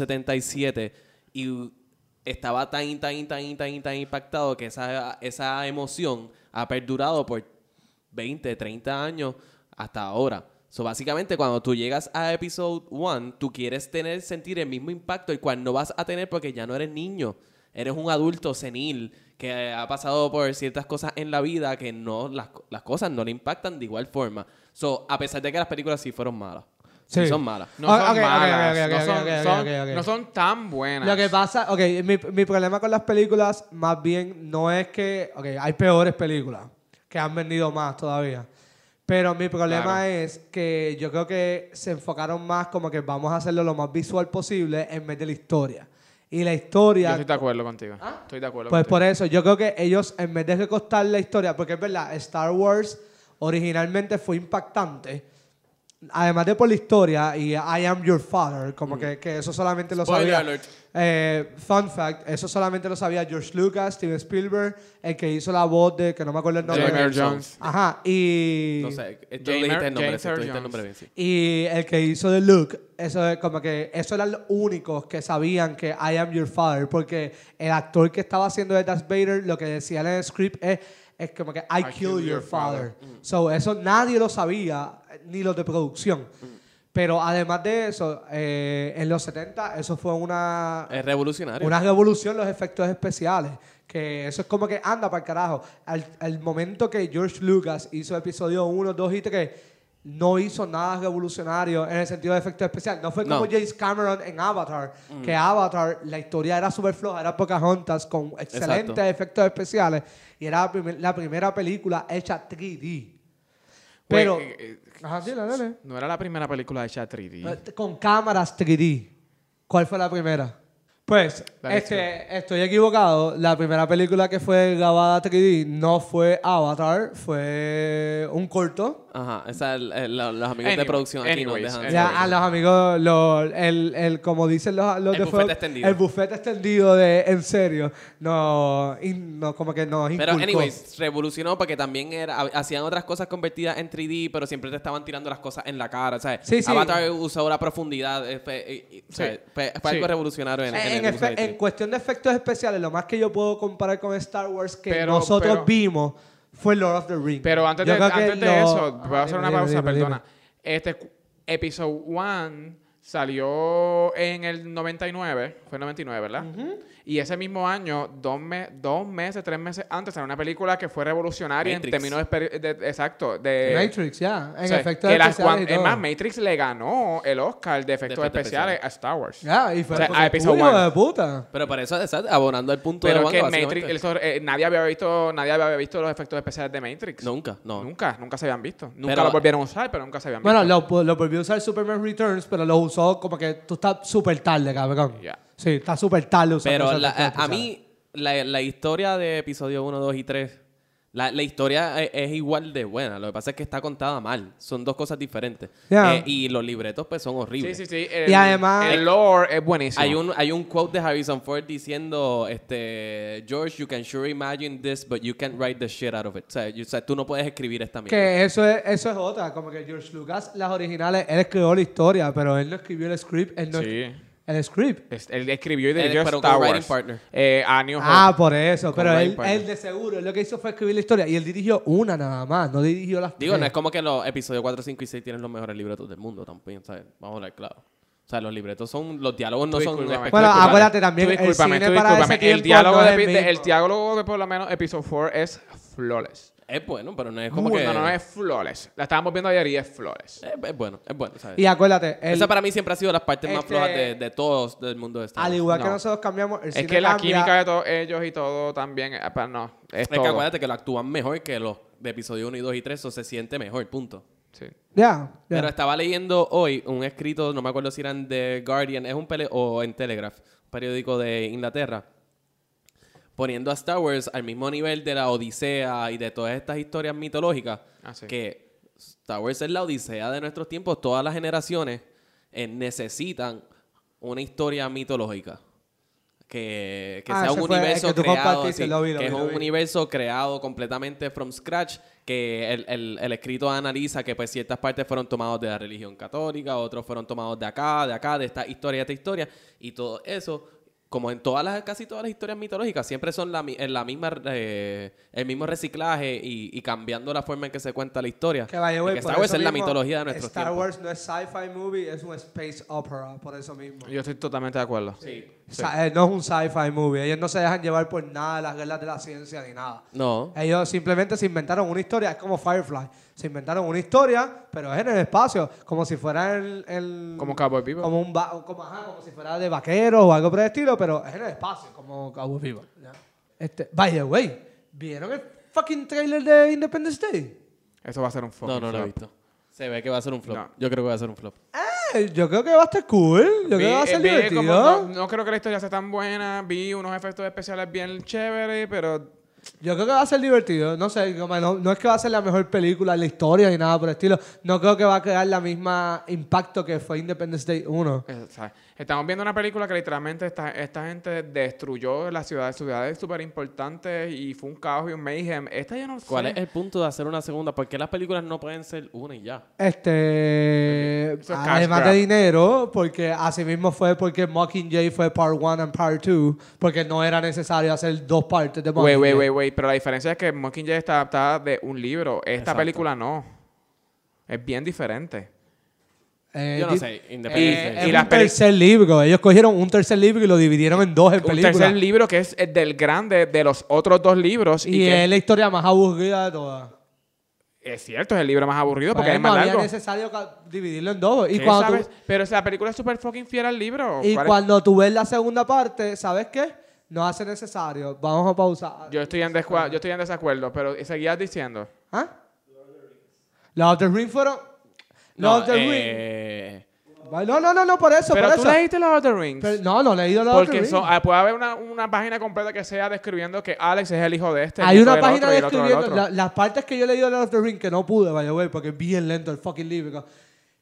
[SPEAKER 1] 1977 y estaba tan, tan, tan, tan, tan impactado que esa, esa emoción ha perdurado por 20, 30 años hasta ahora. So, básicamente, cuando tú llegas a Episode 1, tú quieres tener, sentir el mismo impacto, el cual no vas a tener porque ya no eres niño. Eres un adulto senil que eh, ha pasado por ciertas cosas en la vida que no las, co- las cosas no le impactan de igual forma. So, a pesar de que las películas sí fueron malas. Sí.
[SPEAKER 3] Sí.
[SPEAKER 1] son malas.
[SPEAKER 2] No
[SPEAKER 3] Ah,
[SPEAKER 2] son
[SPEAKER 3] ok, ok,
[SPEAKER 2] malas.
[SPEAKER 3] ok, ok,
[SPEAKER 2] no,
[SPEAKER 3] ok,
[SPEAKER 2] son,
[SPEAKER 3] ok,
[SPEAKER 2] son-
[SPEAKER 3] ok, ok.
[SPEAKER 2] no son tan buenas.
[SPEAKER 3] Lo que pasa, ok, mi, mi problema con las películas más bien no es que, ok, hay peores películas que han vendido más todavía. Pero mi problema
[SPEAKER 2] Claro.
[SPEAKER 3] es que yo creo que se enfocaron más como que vamos a hacerlo lo más visual posible en vez de la historia. Y la
[SPEAKER 2] Yo
[SPEAKER 3] historia,
[SPEAKER 2] estoy de acuerdo contigo. Estoy de acuerdo
[SPEAKER 3] pues
[SPEAKER 2] contigo.
[SPEAKER 3] por eso, yo creo que ellos en vez de recostar la historia, porque es verdad, Star Wars originalmente fue impactante. Además de por la historia y I am your father, como que, que eso solamente lo
[SPEAKER 1] Mm. Spoiler
[SPEAKER 3] sabía.
[SPEAKER 1] alert.
[SPEAKER 3] Eh, fun fact, eso solamente lo sabía George Lucas, Steven Spielberg, el que hizo la voz de, que no me acuerdo el nombre.
[SPEAKER 2] James Earl
[SPEAKER 1] James
[SPEAKER 2] Jones.
[SPEAKER 3] Ajá, y...
[SPEAKER 1] No sé, eh, tú
[SPEAKER 2] Jamer-
[SPEAKER 1] dijiste el nombre,
[SPEAKER 2] James
[SPEAKER 1] sí, tú dijiste
[SPEAKER 2] Earl
[SPEAKER 1] el
[SPEAKER 2] Jones.
[SPEAKER 1] nombre bien, sí.
[SPEAKER 3] Y el que hizo de Luke, eso es como que eso eran los únicos que sabían que I am your father, porque el actor que estaba haciendo de Darth Vader, lo que decía en el script es, es como que I, kill, your father. Mm. So, eso nadie lo sabía, ni los de producción. Pero además de eso, eh, en los 70 eso fue una
[SPEAKER 1] Es revolucionario.
[SPEAKER 3] una revolución los efectos especiales. Que eso es como que anda para el carajo. Al, al momento que George Lucas hizo episodio 1, 2 y 3, no hizo nada revolucionario en el sentido de efectos especiales. No fue como
[SPEAKER 1] No.
[SPEAKER 3] James Cameron en Avatar, que Avatar, la historia era súper floja, era Pocahontas con excelentes
[SPEAKER 1] Exacto.
[SPEAKER 3] efectos especiales. Y era la, primer- la primera película hecha 3D.
[SPEAKER 2] Güey,
[SPEAKER 3] Pero.
[SPEAKER 2] eh, eh,
[SPEAKER 3] Ajá, dile, dile.
[SPEAKER 2] No era la primera película hecha 3D.
[SPEAKER 3] Con cámaras 3D. ¿Cuál fue la primera? Pues,
[SPEAKER 2] Dale,
[SPEAKER 3] este, estoy equivocado. La primera película que fue grabada 3D no fue Avatar, fue un corto.
[SPEAKER 1] Ajá, esa es la- la- los amigos
[SPEAKER 2] Anyway,
[SPEAKER 1] de producción aquí
[SPEAKER 2] anyways,
[SPEAKER 1] nos dejan.
[SPEAKER 2] anyways.
[SPEAKER 3] Ya a los amigos, los- el, el- como dicen los, los
[SPEAKER 1] El
[SPEAKER 3] de
[SPEAKER 1] bufete
[SPEAKER 3] fuego,
[SPEAKER 1] extendido.
[SPEAKER 3] El buffet extendido de en serio. No, in- no como que nos
[SPEAKER 1] Pero,
[SPEAKER 3] inculcó.
[SPEAKER 1] anyways, revolucionó porque también era, ha- hacían otras cosas convertidas en 3D, pero siempre te estaban tirando las cosas en la cara. ¿sabes?
[SPEAKER 3] Sí, sí.
[SPEAKER 1] Avatar usó la profundidad. eh, Fue, eh, eh, ¿sabes? Fue- fue
[SPEAKER 2] Sí.
[SPEAKER 1] algo revolucionario en, en
[SPEAKER 3] En,
[SPEAKER 1] el uso
[SPEAKER 3] efe-
[SPEAKER 1] de
[SPEAKER 3] en
[SPEAKER 1] 3D.
[SPEAKER 3] cuestión de efectos especiales, lo más que yo puedo comparar con Star Wars que
[SPEAKER 2] Pero-
[SPEAKER 3] nosotros
[SPEAKER 2] pero-
[SPEAKER 3] vimos fue Lord of the Rings.
[SPEAKER 2] Pero antes de,
[SPEAKER 3] Yo creo que
[SPEAKER 2] antes de
[SPEAKER 3] lo- Ah,
[SPEAKER 2] eso, voy a hacer
[SPEAKER 3] Dime,
[SPEAKER 2] una
[SPEAKER 3] dime,
[SPEAKER 2] pausa,
[SPEAKER 3] dime, dime.
[SPEAKER 2] perdona. Este cu- episode 1 Salió en el 99, fue el 99, ¿verdad? Y ese mismo año, dos, me- dos meses, tres meses antes, salió una película que fue revolucionaria
[SPEAKER 1] Matrix.
[SPEAKER 2] en términos de, exper- de- exacto, de...
[SPEAKER 3] Matrix, ya. En
[SPEAKER 2] Eh, o sea,
[SPEAKER 3] efectos
[SPEAKER 2] que las
[SPEAKER 3] especiales
[SPEAKER 2] cuan-
[SPEAKER 3] y
[SPEAKER 2] Es
[SPEAKER 3] todo.
[SPEAKER 2] más, Matrix le ganó el Oscar de efectos
[SPEAKER 1] efectos
[SPEAKER 2] especiales a Star Wars.
[SPEAKER 3] Ya, y fue
[SPEAKER 2] O sea,
[SPEAKER 3] pues,
[SPEAKER 2] a Episode
[SPEAKER 3] hijo
[SPEAKER 2] One.
[SPEAKER 3] de puta.
[SPEAKER 1] Pero para eso, exacto, abonando al punto de
[SPEAKER 2] Pero
[SPEAKER 1] Wanda,
[SPEAKER 2] que Matrix,
[SPEAKER 1] básicamente.
[SPEAKER 2] eso, eh, nadie había visto, nadie había visto los efectos especiales de Matrix.
[SPEAKER 1] Nunca, no.
[SPEAKER 2] Nunca, nunca se habían visto. Nunca
[SPEAKER 1] Pero-
[SPEAKER 2] lo volvieron a usar, pero nunca se habían
[SPEAKER 3] Bueno,
[SPEAKER 2] visto.
[SPEAKER 3] lo, lo volvió a usar Superman Returns, pero lo usó como que tú estás súper tarde, cabrón.
[SPEAKER 2] Ya.
[SPEAKER 3] Sí, está súper tarde usando
[SPEAKER 1] Pero
[SPEAKER 3] esos
[SPEAKER 1] la-
[SPEAKER 3] efectos
[SPEAKER 1] a, a
[SPEAKER 3] especiales.
[SPEAKER 1] mí, la, la historia de episodio 1, 2 y 3, la, la historia e- es, igual de buena. Lo que pasa es que está contada mal. Son dos cosas diferentes.
[SPEAKER 3] Ya.
[SPEAKER 1] Eh, y los libretos, pues, son horribles.
[SPEAKER 2] Sí, sí, sí. el-
[SPEAKER 3] Y además-
[SPEAKER 2] El lore es buenísimo.
[SPEAKER 1] Hay un, hay un quote de Harrison Ford diciendo, este, George, you can sure imagine this, but you can't write the shit out of it. O sea, you- o sea, tú no puedes escribir esta mierda.
[SPEAKER 3] Que eso es, eso es otra, como que George Lucas, las originales, él escribió la historia, pero él no escribió el script, él no
[SPEAKER 2] Sí.
[SPEAKER 3] el script.
[SPEAKER 2] Es- Él escribió y
[SPEAKER 1] Él-
[SPEAKER 2] dirigió
[SPEAKER 1] pero
[SPEAKER 2] Star
[SPEAKER 1] co-writing
[SPEAKER 2] Wars.
[SPEAKER 1] partner.
[SPEAKER 2] Eh, a New Hope.
[SPEAKER 3] Ah, por eso,
[SPEAKER 2] Con
[SPEAKER 3] pero
[SPEAKER 1] pues.
[SPEAKER 2] Ray
[SPEAKER 3] él,
[SPEAKER 2] Parker.
[SPEAKER 3] él de seguro él lo que hizo fue escribir la historia y él dirigió una nada más, no dirigió las
[SPEAKER 1] Digo,
[SPEAKER 3] tres.
[SPEAKER 1] no es como que los episodios 4, 5 y 6 tienen los mejores libretos del mundo también, ¿sabes? Vamos a hablar claro. O sea, los libretos son, los diálogos no
[SPEAKER 2] Tú
[SPEAKER 1] son
[SPEAKER 2] discúlpame,
[SPEAKER 3] Bueno,
[SPEAKER 2] Discúlpame.
[SPEAKER 3] acuérdate también,
[SPEAKER 2] Tú
[SPEAKER 3] el
[SPEAKER 2] discúlpame,
[SPEAKER 3] cine
[SPEAKER 2] tú
[SPEAKER 3] para ese
[SPEAKER 2] discúlpame. El
[SPEAKER 3] tiempo
[SPEAKER 2] diálogo,
[SPEAKER 3] no
[SPEAKER 2] de,
[SPEAKER 3] es
[SPEAKER 2] Pete-
[SPEAKER 3] mismo.
[SPEAKER 2] el diálogo de por lo menos Episode 4 es flawless.
[SPEAKER 1] Es bueno, pero no es como
[SPEAKER 2] Muy-
[SPEAKER 1] que...
[SPEAKER 2] No, no, es flawless. La estábamos viendo ayer y es flawless.
[SPEAKER 1] Eh, Es, bueno, es bueno, ¿sabes?
[SPEAKER 3] Y acuérdate, él-
[SPEAKER 1] Esa para mí siempre ha sido la parte más
[SPEAKER 3] Este-
[SPEAKER 1] floja de, de todos del mundo de Star
[SPEAKER 3] al
[SPEAKER 1] Wars.
[SPEAKER 3] igual que
[SPEAKER 2] no.
[SPEAKER 3] nosotros cambiamos, el
[SPEAKER 2] Es
[SPEAKER 3] cine
[SPEAKER 2] que la
[SPEAKER 3] cambia.
[SPEAKER 2] química de todos ellos y todo también, eh, pero no, es,
[SPEAKER 1] Es que
[SPEAKER 2] todo.
[SPEAKER 1] acuérdate que lo actúan mejor que los de episodio 1 y 2 y 3, o se siente mejor, punto.
[SPEAKER 2] Sí.
[SPEAKER 3] Ya, ya.
[SPEAKER 1] Pero estaba leyendo hoy un escrito, no me acuerdo si eran de Guardian, es un pele o en Telegraph, un periódico de Inglaterra, poniendo a Star Wars al mismo nivel de la Odisea y de todas estas historias mitológicas,
[SPEAKER 2] Ah, sí.
[SPEAKER 1] que Star Wars es la Odisea de nuestros tiempos, todas las generaciones eh, necesitan una historia mitológica. Que, que
[SPEAKER 3] Ah,
[SPEAKER 1] sea
[SPEAKER 3] ese
[SPEAKER 1] un
[SPEAKER 3] fue el
[SPEAKER 1] universo
[SPEAKER 3] que tú
[SPEAKER 1] creado,
[SPEAKER 3] compartiste,
[SPEAKER 1] así,
[SPEAKER 3] lo vi, lo
[SPEAKER 1] que
[SPEAKER 3] vi,
[SPEAKER 1] es
[SPEAKER 3] lo
[SPEAKER 1] un
[SPEAKER 3] vi.
[SPEAKER 1] universo creado completamente from scratch que el, el- el escrito analiza que pues ciertas partes fueron tomadas de la religión católica, otros fueron tomados de acá, de acá, de esta historia, de esta historia y todo eso, como en todas las, casi todas las historias mitológicas, siempre son la, mi- en la misma, eh, el mismo reciclaje y, y cambiando la forma en que se cuenta la historia.
[SPEAKER 3] Que vaya,
[SPEAKER 1] Y
[SPEAKER 3] güey,
[SPEAKER 1] que
[SPEAKER 3] por
[SPEAKER 1] Star Wars
[SPEAKER 3] eso
[SPEAKER 1] es la
[SPEAKER 3] mismo,
[SPEAKER 1] mitología de nuestros
[SPEAKER 3] Star
[SPEAKER 1] tiempos.
[SPEAKER 3] Wars no es sci-fi movie, es un space opera, por eso mismo.
[SPEAKER 2] Yo estoy totalmente de acuerdo.
[SPEAKER 3] O sea, eh, no es un sci-fi movie. Ellos no se dejan llevar por nada de las guerras de la ciencia ni nada.
[SPEAKER 1] No.
[SPEAKER 3] Ellos simplemente se inventaron una historia. Es como Firefly. Se inventaron una historia, pero es en el espacio. Como si fuera el... el-
[SPEAKER 2] Como Cowboy Vivo.
[SPEAKER 3] Como, un va- como, ajá, como si fuera de vaqueros o algo por el estilo, pero es en el espacio, como Cowboy Vivo. Este, by the way, ¿vieron el fucking trailer de Independence Day?
[SPEAKER 2] Eso va a ser un fucking
[SPEAKER 1] No, no lo he
[SPEAKER 2] flop.
[SPEAKER 1] visto. Se ve que va a ser un flop.
[SPEAKER 2] No.
[SPEAKER 1] Yo creo que va a ser un flop.
[SPEAKER 3] Eh, yo creo que va a estar cool. Yo creo
[SPEAKER 2] Vi-
[SPEAKER 3] que va a ser
[SPEAKER 2] vi
[SPEAKER 3] divertido.
[SPEAKER 2] como- no, no creo que la historia sea tan buena. Vi unos efectos especiales bien chéveres, pero
[SPEAKER 3] Yo creo que va a ser divertido. No sé, como no, no es que va a ser la mejor película de la historia ni nada por el estilo. No creo que va a crear la misma impacto que fue Independence Day 1.
[SPEAKER 2] eh, o sea, estamos viendo una película que literalmente esta, esta gente destruyó las ciudades, ciudades súper importantes y fue un caos y un mayhem. Esta yo no sé.
[SPEAKER 1] ¿Cuál es el punto de hacer una segunda? ¿Por qué las películas no pueden ser una y ya?
[SPEAKER 3] Este.
[SPEAKER 2] Eso es cash
[SPEAKER 3] además de
[SPEAKER 2] grab.
[SPEAKER 3] dinero, porque así mismo fue porque Mockingjay fue part 1 and part 2, porque no era necesario hacer dos partes de
[SPEAKER 2] Wey,
[SPEAKER 3] Mockingjay.
[SPEAKER 2] wey, wey, wey. Pero la diferencia es que Mockingjay está adaptada de un libro. Esta
[SPEAKER 1] Exacto.
[SPEAKER 2] película no. Es bien diferente.
[SPEAKER 3] Eh,
[SPEAKER 1] Yo no
[SPEAKER 3] di-
[SPEAKER 1] sé,
[SPEAKER 3] eh,
[SPEAKER 1] Independence
[SPEAKER 3] es
[SPEAKER 1] Day.
[SPEAKER 2] y
[SPEAKER 3] un
[SPEAKER 2] las peli-
[SPEAKER 3] tercer libro. Ellos cogieron un tercer libro y lo dividieron en dos en
[SPEAKER 2] Un
[SPEAKER 3] películas.
[SPEAKER 2] tercer libro que es el del grande de los otros dos libros. Y,
[SPEAKER 3] y
[SPEAKER 2] que
[SPEAKER 3] es la historia más aburrida de todas.
[SPEAKER 2] es cierto, es el libro más aburrido porque
[SPEAKER 3] Porque
[SPEAKER 2] es más
[SPEAKER 3] no había
[SPEAKER 2] largo.
[SPEAKER 3] necesario ca- dividirlo en dos. Y
[SPEAKER 2] ¿Qué
[SPEAKER 3] cuando tú-
[SPEAKER 2] sabes? Pero o sea, la película es súper fucking fiel al libro.
[SPEAKER 3] Y
[SPEAKER 2] ¿Cuál es?
[SPEAKER 3] cuando tú ves la segunda parte, ¿sabes qué? No hace necesario. Vamos a pausar.
[SPEAKER 2] Yo estoy, en descua- yo estoy en desacuerdo, pero seguías diciendo.
[SPEAKER 3] ¿Ah? Los of the Ring fueron. Los
[SPEAKER 1] No,
[SPEAKER 3] of the Ring.
[SPEAKER 1] eh,
[SPEAKER 3] No, no, no, no, por eso.
[SPEAKER 2] Pero
[SPEAKER 3] por
[SPEAKER 2] tú
[SPEAKER 3] eso.
[SPEAKER 2] leíste los Other Rings.
[SPEAKER 3] Pero- no, no he leído Lord of the
[SPEAKER 2] porque
[SPEAKER 3] Ring.
[SPEAKER 2] son- ah, puede haber una, una página completa que sea describiendo que Alex es el hijo de este. el
[SPEAKER 3] Hay
[SPEAKER 2] nieto
[SPEAKER 3] una
[SPEAKER 2] del
[SPEAKER 3] página
[SPEAKER 2] otro y el otro del
[SPEAKER 3] describiendo
[SPEAKER 2] otro.
[SPEAKER 3] la- las partes que yo leí de Lord of the Ring que no pude, vaya, güey, porque es bien lento el fucking libro.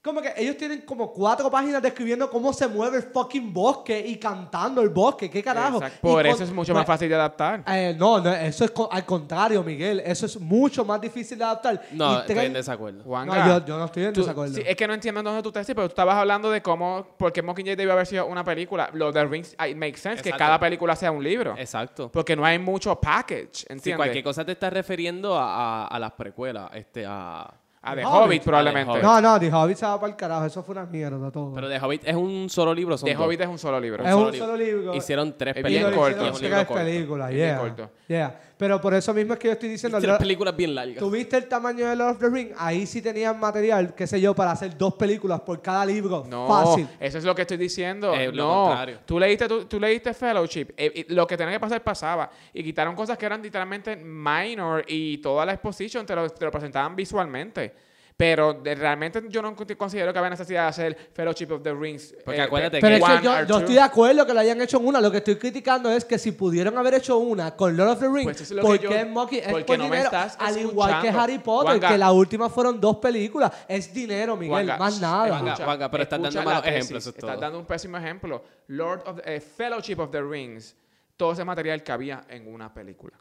[SPEAKER 3] Como que ellos tienen como cuatro páginas describiendo cómo se mueve el fucking bosque y cantando el bosque. ¿Qué carajo?
[SPEAKER 2] Exacto. Por
[SPEAKER 3] Y
[SPEAKER 2] eso
[SPEAKER 3] con-
[SPEAKER 2] es mucho más
[SPEAKER 3] pues,
[SPEAKER 2] fácil de adaptar.
[SPEAKER 3] Eh, no, no, eso es co- al contrario, Miguel. Eso es mucho más difícil de adaptar.
[SPEAKER 1] no,
[SPEAKER 3] Y
[SPEAKER 1] estoy
[SPEAKER 3] tres-
[SPEAKER 1] en desacuerdo.
[SPEAKER 3] No,
[SPEAKER 2] Juanga,
[SPEAKER 3] yo, yo no estoy en
[SPEAKER 2] tú-
[SPEAKER 3] desacuerdo.
[SPEAKER 2] sí, es que no entiendo dónde tú te pero tú estabas hablando de cómo, por qué Mockingjay debió haber sido una película. Lo de Rings, it makes sense que
[SPEAKER 1] Exacto.
[SPEAKER 2] cada película sea un libro.
[SPEAKER 1] Exacto.
[SPEAKER 2] Porque no hay mucho package,
[SPEAKER 1] Si
[SPEAKER 2] ¿entiendes?
[SPEAKER 1] cualquier cosa te estás refiriendo a, a- a las precuelas, este, a...
[SPEAKER 2] A The
[SPEAKER 3] The
[SPEAKER 2] Hobbit,
[SPEAKER 3] Hobbit.
[SPEAKER 2] probablemente.
[SPEAKER 1] A The
[SPEAKER 3] No, no, The Hobbit se va para el carajo. Eso fue una mierda todo.
[SPEAKER 1] Pero The Hobbit es un solo libro. Son
[SPEAKER 2] The
[SPEAKER 1] dos.
[SPEAKER 2] Hobbit es un solo libro.
[SPEAKER 3] es un solo libro.
[SPEAKER 1] Hicieron tres
[SPEAKER 2] Es
[SPEAKER 3] y
[SPEAKER 2] bien
[SPEAKER 3] lo
[SPEAKER 1] películas. y
[SPEAKER 2] corto.
[SPEAKER 3] hicieron
[SPEAKER 1] es un
[SPEAKER 3] tres
[SPEAKER 1] libro corto.
[SPEAKER 3] películas,
[SPEAKER 2] Es bien
[SPEAKER 3] yeah,
[SPEAKER 2] corto.
[SPEAKER 3] yeah. Pero por eso mismo es que yo estoy diciendo...
[SPEAKER 1] Tres
[SPEAKER 3] la-
[SPEAKER 1] películas bien largas.
[SPEAKER 3] Tuviste el tamaño de Lord of the Ring, ahí sí tenían material, qué sé yo, para hacer dos películas por cada libro.
[SPEAKER 2] No,
[SPEAKER 3] Fácil.
[SPEAKER 2] eso es lo que estoy diciendo.
[SPEAKER 1] Eh, lo
[SPEAKER 2] no,
[SPEAKER 1] contrario.
[SPEAKER 2] tú leíste, tú, tú leíste Fellowship. Eh, y lo que tenía que pasar pasaba. Y quitaron cosas que eran literalmente minor y toda la exposición te lo, te lo presentaban visualmente. Pero de- realmente yo no conti- considero que había necesidad de hacer Fellowship of the Rings. eh,
[SPEAKER 1] Porque acuérdate
[SPEAKER 3] Pero es
[SPEAKER 1] que-
[SPEAKER 3] que
[SPEAKER 2] one
[SPEAKER 3] yo,
[SPEAKER 2] or
[SPEAKER 3] yo
[SPEAKER 2] two.
[SPEAKER 3] estoy de acuerdo que lo hayan hecho en una. Lo que estoy criticando es que si pudieron haber hecho una con Lord of the Rings,
[SPEAKER 2] Pues eso es lo
[SPEAKER 3] ¿por
[SPEAKER 2] que
[SPEAKER 3] qué
[SPEAKER 2] yo-
[SPEAKER 3] es Monkey? Es
[SPEAKER 2] porque
[SPEAKER 3] por
[SPEAKER 2] no me
[SPEAKER 3] dinero.
[SPEAKER 2] estás
[SPEAKER 3] al igual que
[SPEAKER 2] escuchando.
[SPEAKER 3] Harry Potter,
[SPEAKER 2] Juanga.
[SPEAKER 3] que la última fueron dos películas. Es dinero, Miguel,
[SPEAKER 2] Juanga,
[SPEAKER 3] más nada.
[SPEAKER 1] Juanga, Juanga, pero estás
[SPEAKER 2] eh, escucha
[SPEAKER 1] dando malos
[SPEAKER 2] la tesis,
[SPEAKER 1] ejemplos, eso es
[SPEAKER 2] Estás
[SPEAKER 1] todo.
[SPEAKER 2] dando un pésimo ejemplo. Lord of the- eh, Fellowship of the Rings. Todo ese material que había en una película.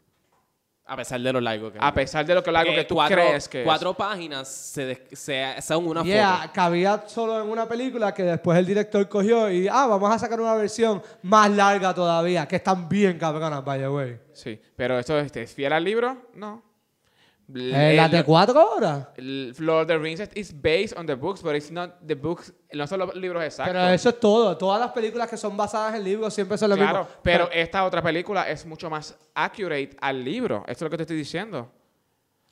[SPEAKER 1] A pesar de lo largo que
[SPEAKER 2] A pesar de lo que, lo largo
[SPEAKER 1] Porque
[SPEAKER 2] que tú
[SPEAKER 1] cuatro,
[SPEAKER 2] crees que es.
[SPEAKER 1] Cuatro páginas se, des- se- son una
[SPEAKER 3] Yeah,
[SPEAKER 1] foto.
[SPEAKER 3] cabía solo en una película que después el director cogió y, ah, vamos a sacar una versión más larga todavía, que están bien cabronas, by the way.
[SPEAKER 2] Sí, pero esto este, ¿es fiel al libro? No.
[SPEAKER 3] Eh,
[SPEAKER 2] L-
[SPEAKER 3] ¿Las de
[SPEAKER 2] el-
[SPEAKER 3] cuatro horas?
[SPEAKER 2] el Lord of the Rings is based on the books, but it's not the books, no son los libros exactos.
[SPEAKER 3] Pero eso es todo. Todas las películas que son basadas en libros siempre son lo
[SPEAKER 2] claro,
[SPEAKER 3] mismo.
[SPEAKER 2] pero esta otra película es mucho más accurate al libro. Esto es lo que te estoy diciendo.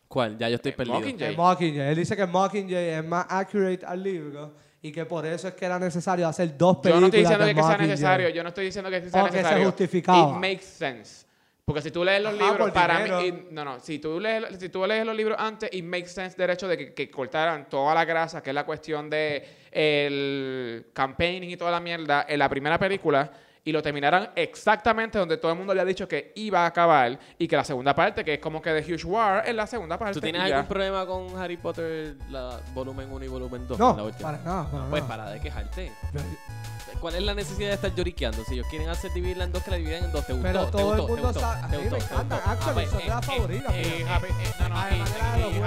[SPEAKER 1] ¿Cuál? Ya yo estoy perdido.
[SPEAKER 2] Eh, Mockingjay.
[SPEAKER 3] El Mockingjay. Él dice que Mockingjay es más accurate al libro y que por eso es que era necesario hacer dos
[SPEAKER 2] Yo
[SPEAKER 3] películas.
[SPEAKER 2] no estoy diciendo
[SPEAKER 3] de
[SPEAKER 2] que, sea
[SPEAKER 3] Mockingjay.
[SPEAKER 2] necesario, yo no estoy diciendo que sea
[SPEAKER 3] O que sea
[SPEAKER 2] necesario.
[SPEAKER 3] justificado.
[SPEAKER 2] It makes sense. Porque si tú lees los
[SPEAKER 3] Ajá,
[SPEAKER 2] libros,
[SPEAKER 3] por
[SPEAKER 2] para
[SPEAKER 3] dinero.
[SPEAKER 2] mí. it- no, no. Si tú, lees, si tú lees los libros antes, it makes sense derecho de que, que cortaran toda la grasa, que es la cuestión de el campaigning y toda la mierda, en la primera película. Y lo terminaran exactamente donde todo el mundo le ha dicho que iba a acabar. Y que la segunda parte, que es como que de Huge War, es la segunda parte.
[SPEAKER 1] ¿Tú tienes
[SPEAKER 2] y ya.
[SPEAKER 1] algún problema con Harry Potter la, volumen 1 y volumen 2? la
[SPEAKER 3] No,
[SPEAKER 1] última?
[SPEAKER 3] para nada. para
[SPEAKER 1] Pues
[SPEAKER 3] nada.
[SPEAKER 1] para de quejarte. ¿Cuál es la necesidad de estar lloriqueando? Si ellos quieren hacer dividirla en dos, que la dividan en dos. ¿Te gustó?
[SPEAKER 3] Pero
[SPEAKER 1] ¿Te
[SPEAKER 3] todo el
[SPEAKER 1] gustó? ¿Te
[SPEAKER 3] mundo
[SPEAKER 1] gustó?
[SPEAKER 3] sabe-
[SPEAKER 1] ¿Te
[SPEAKER 3] a mí me
[SPEAKER 1] gustó? ¿Te
[SPEAKER 3] encantan.
[SPEAKER 1] gustó?
[SPEAKER 3] Actually,
[SPEAKER 1] Ah, pues,
[SPEAKER 3] son de
[SPEAKER 1] eh,
[SPEAKER 3] las
[SPEAKER 1] eh,
[SPEAKER 3] favoritas,
[SPEAKER 1] eh,
[SPEAKER 2] Eh, Happy- eh, no, no,
[SPEAKER 3] Además
[SPEAKER 2] eh,
[SPEAKER 3] de la de los
[SPEAKER 2] eh,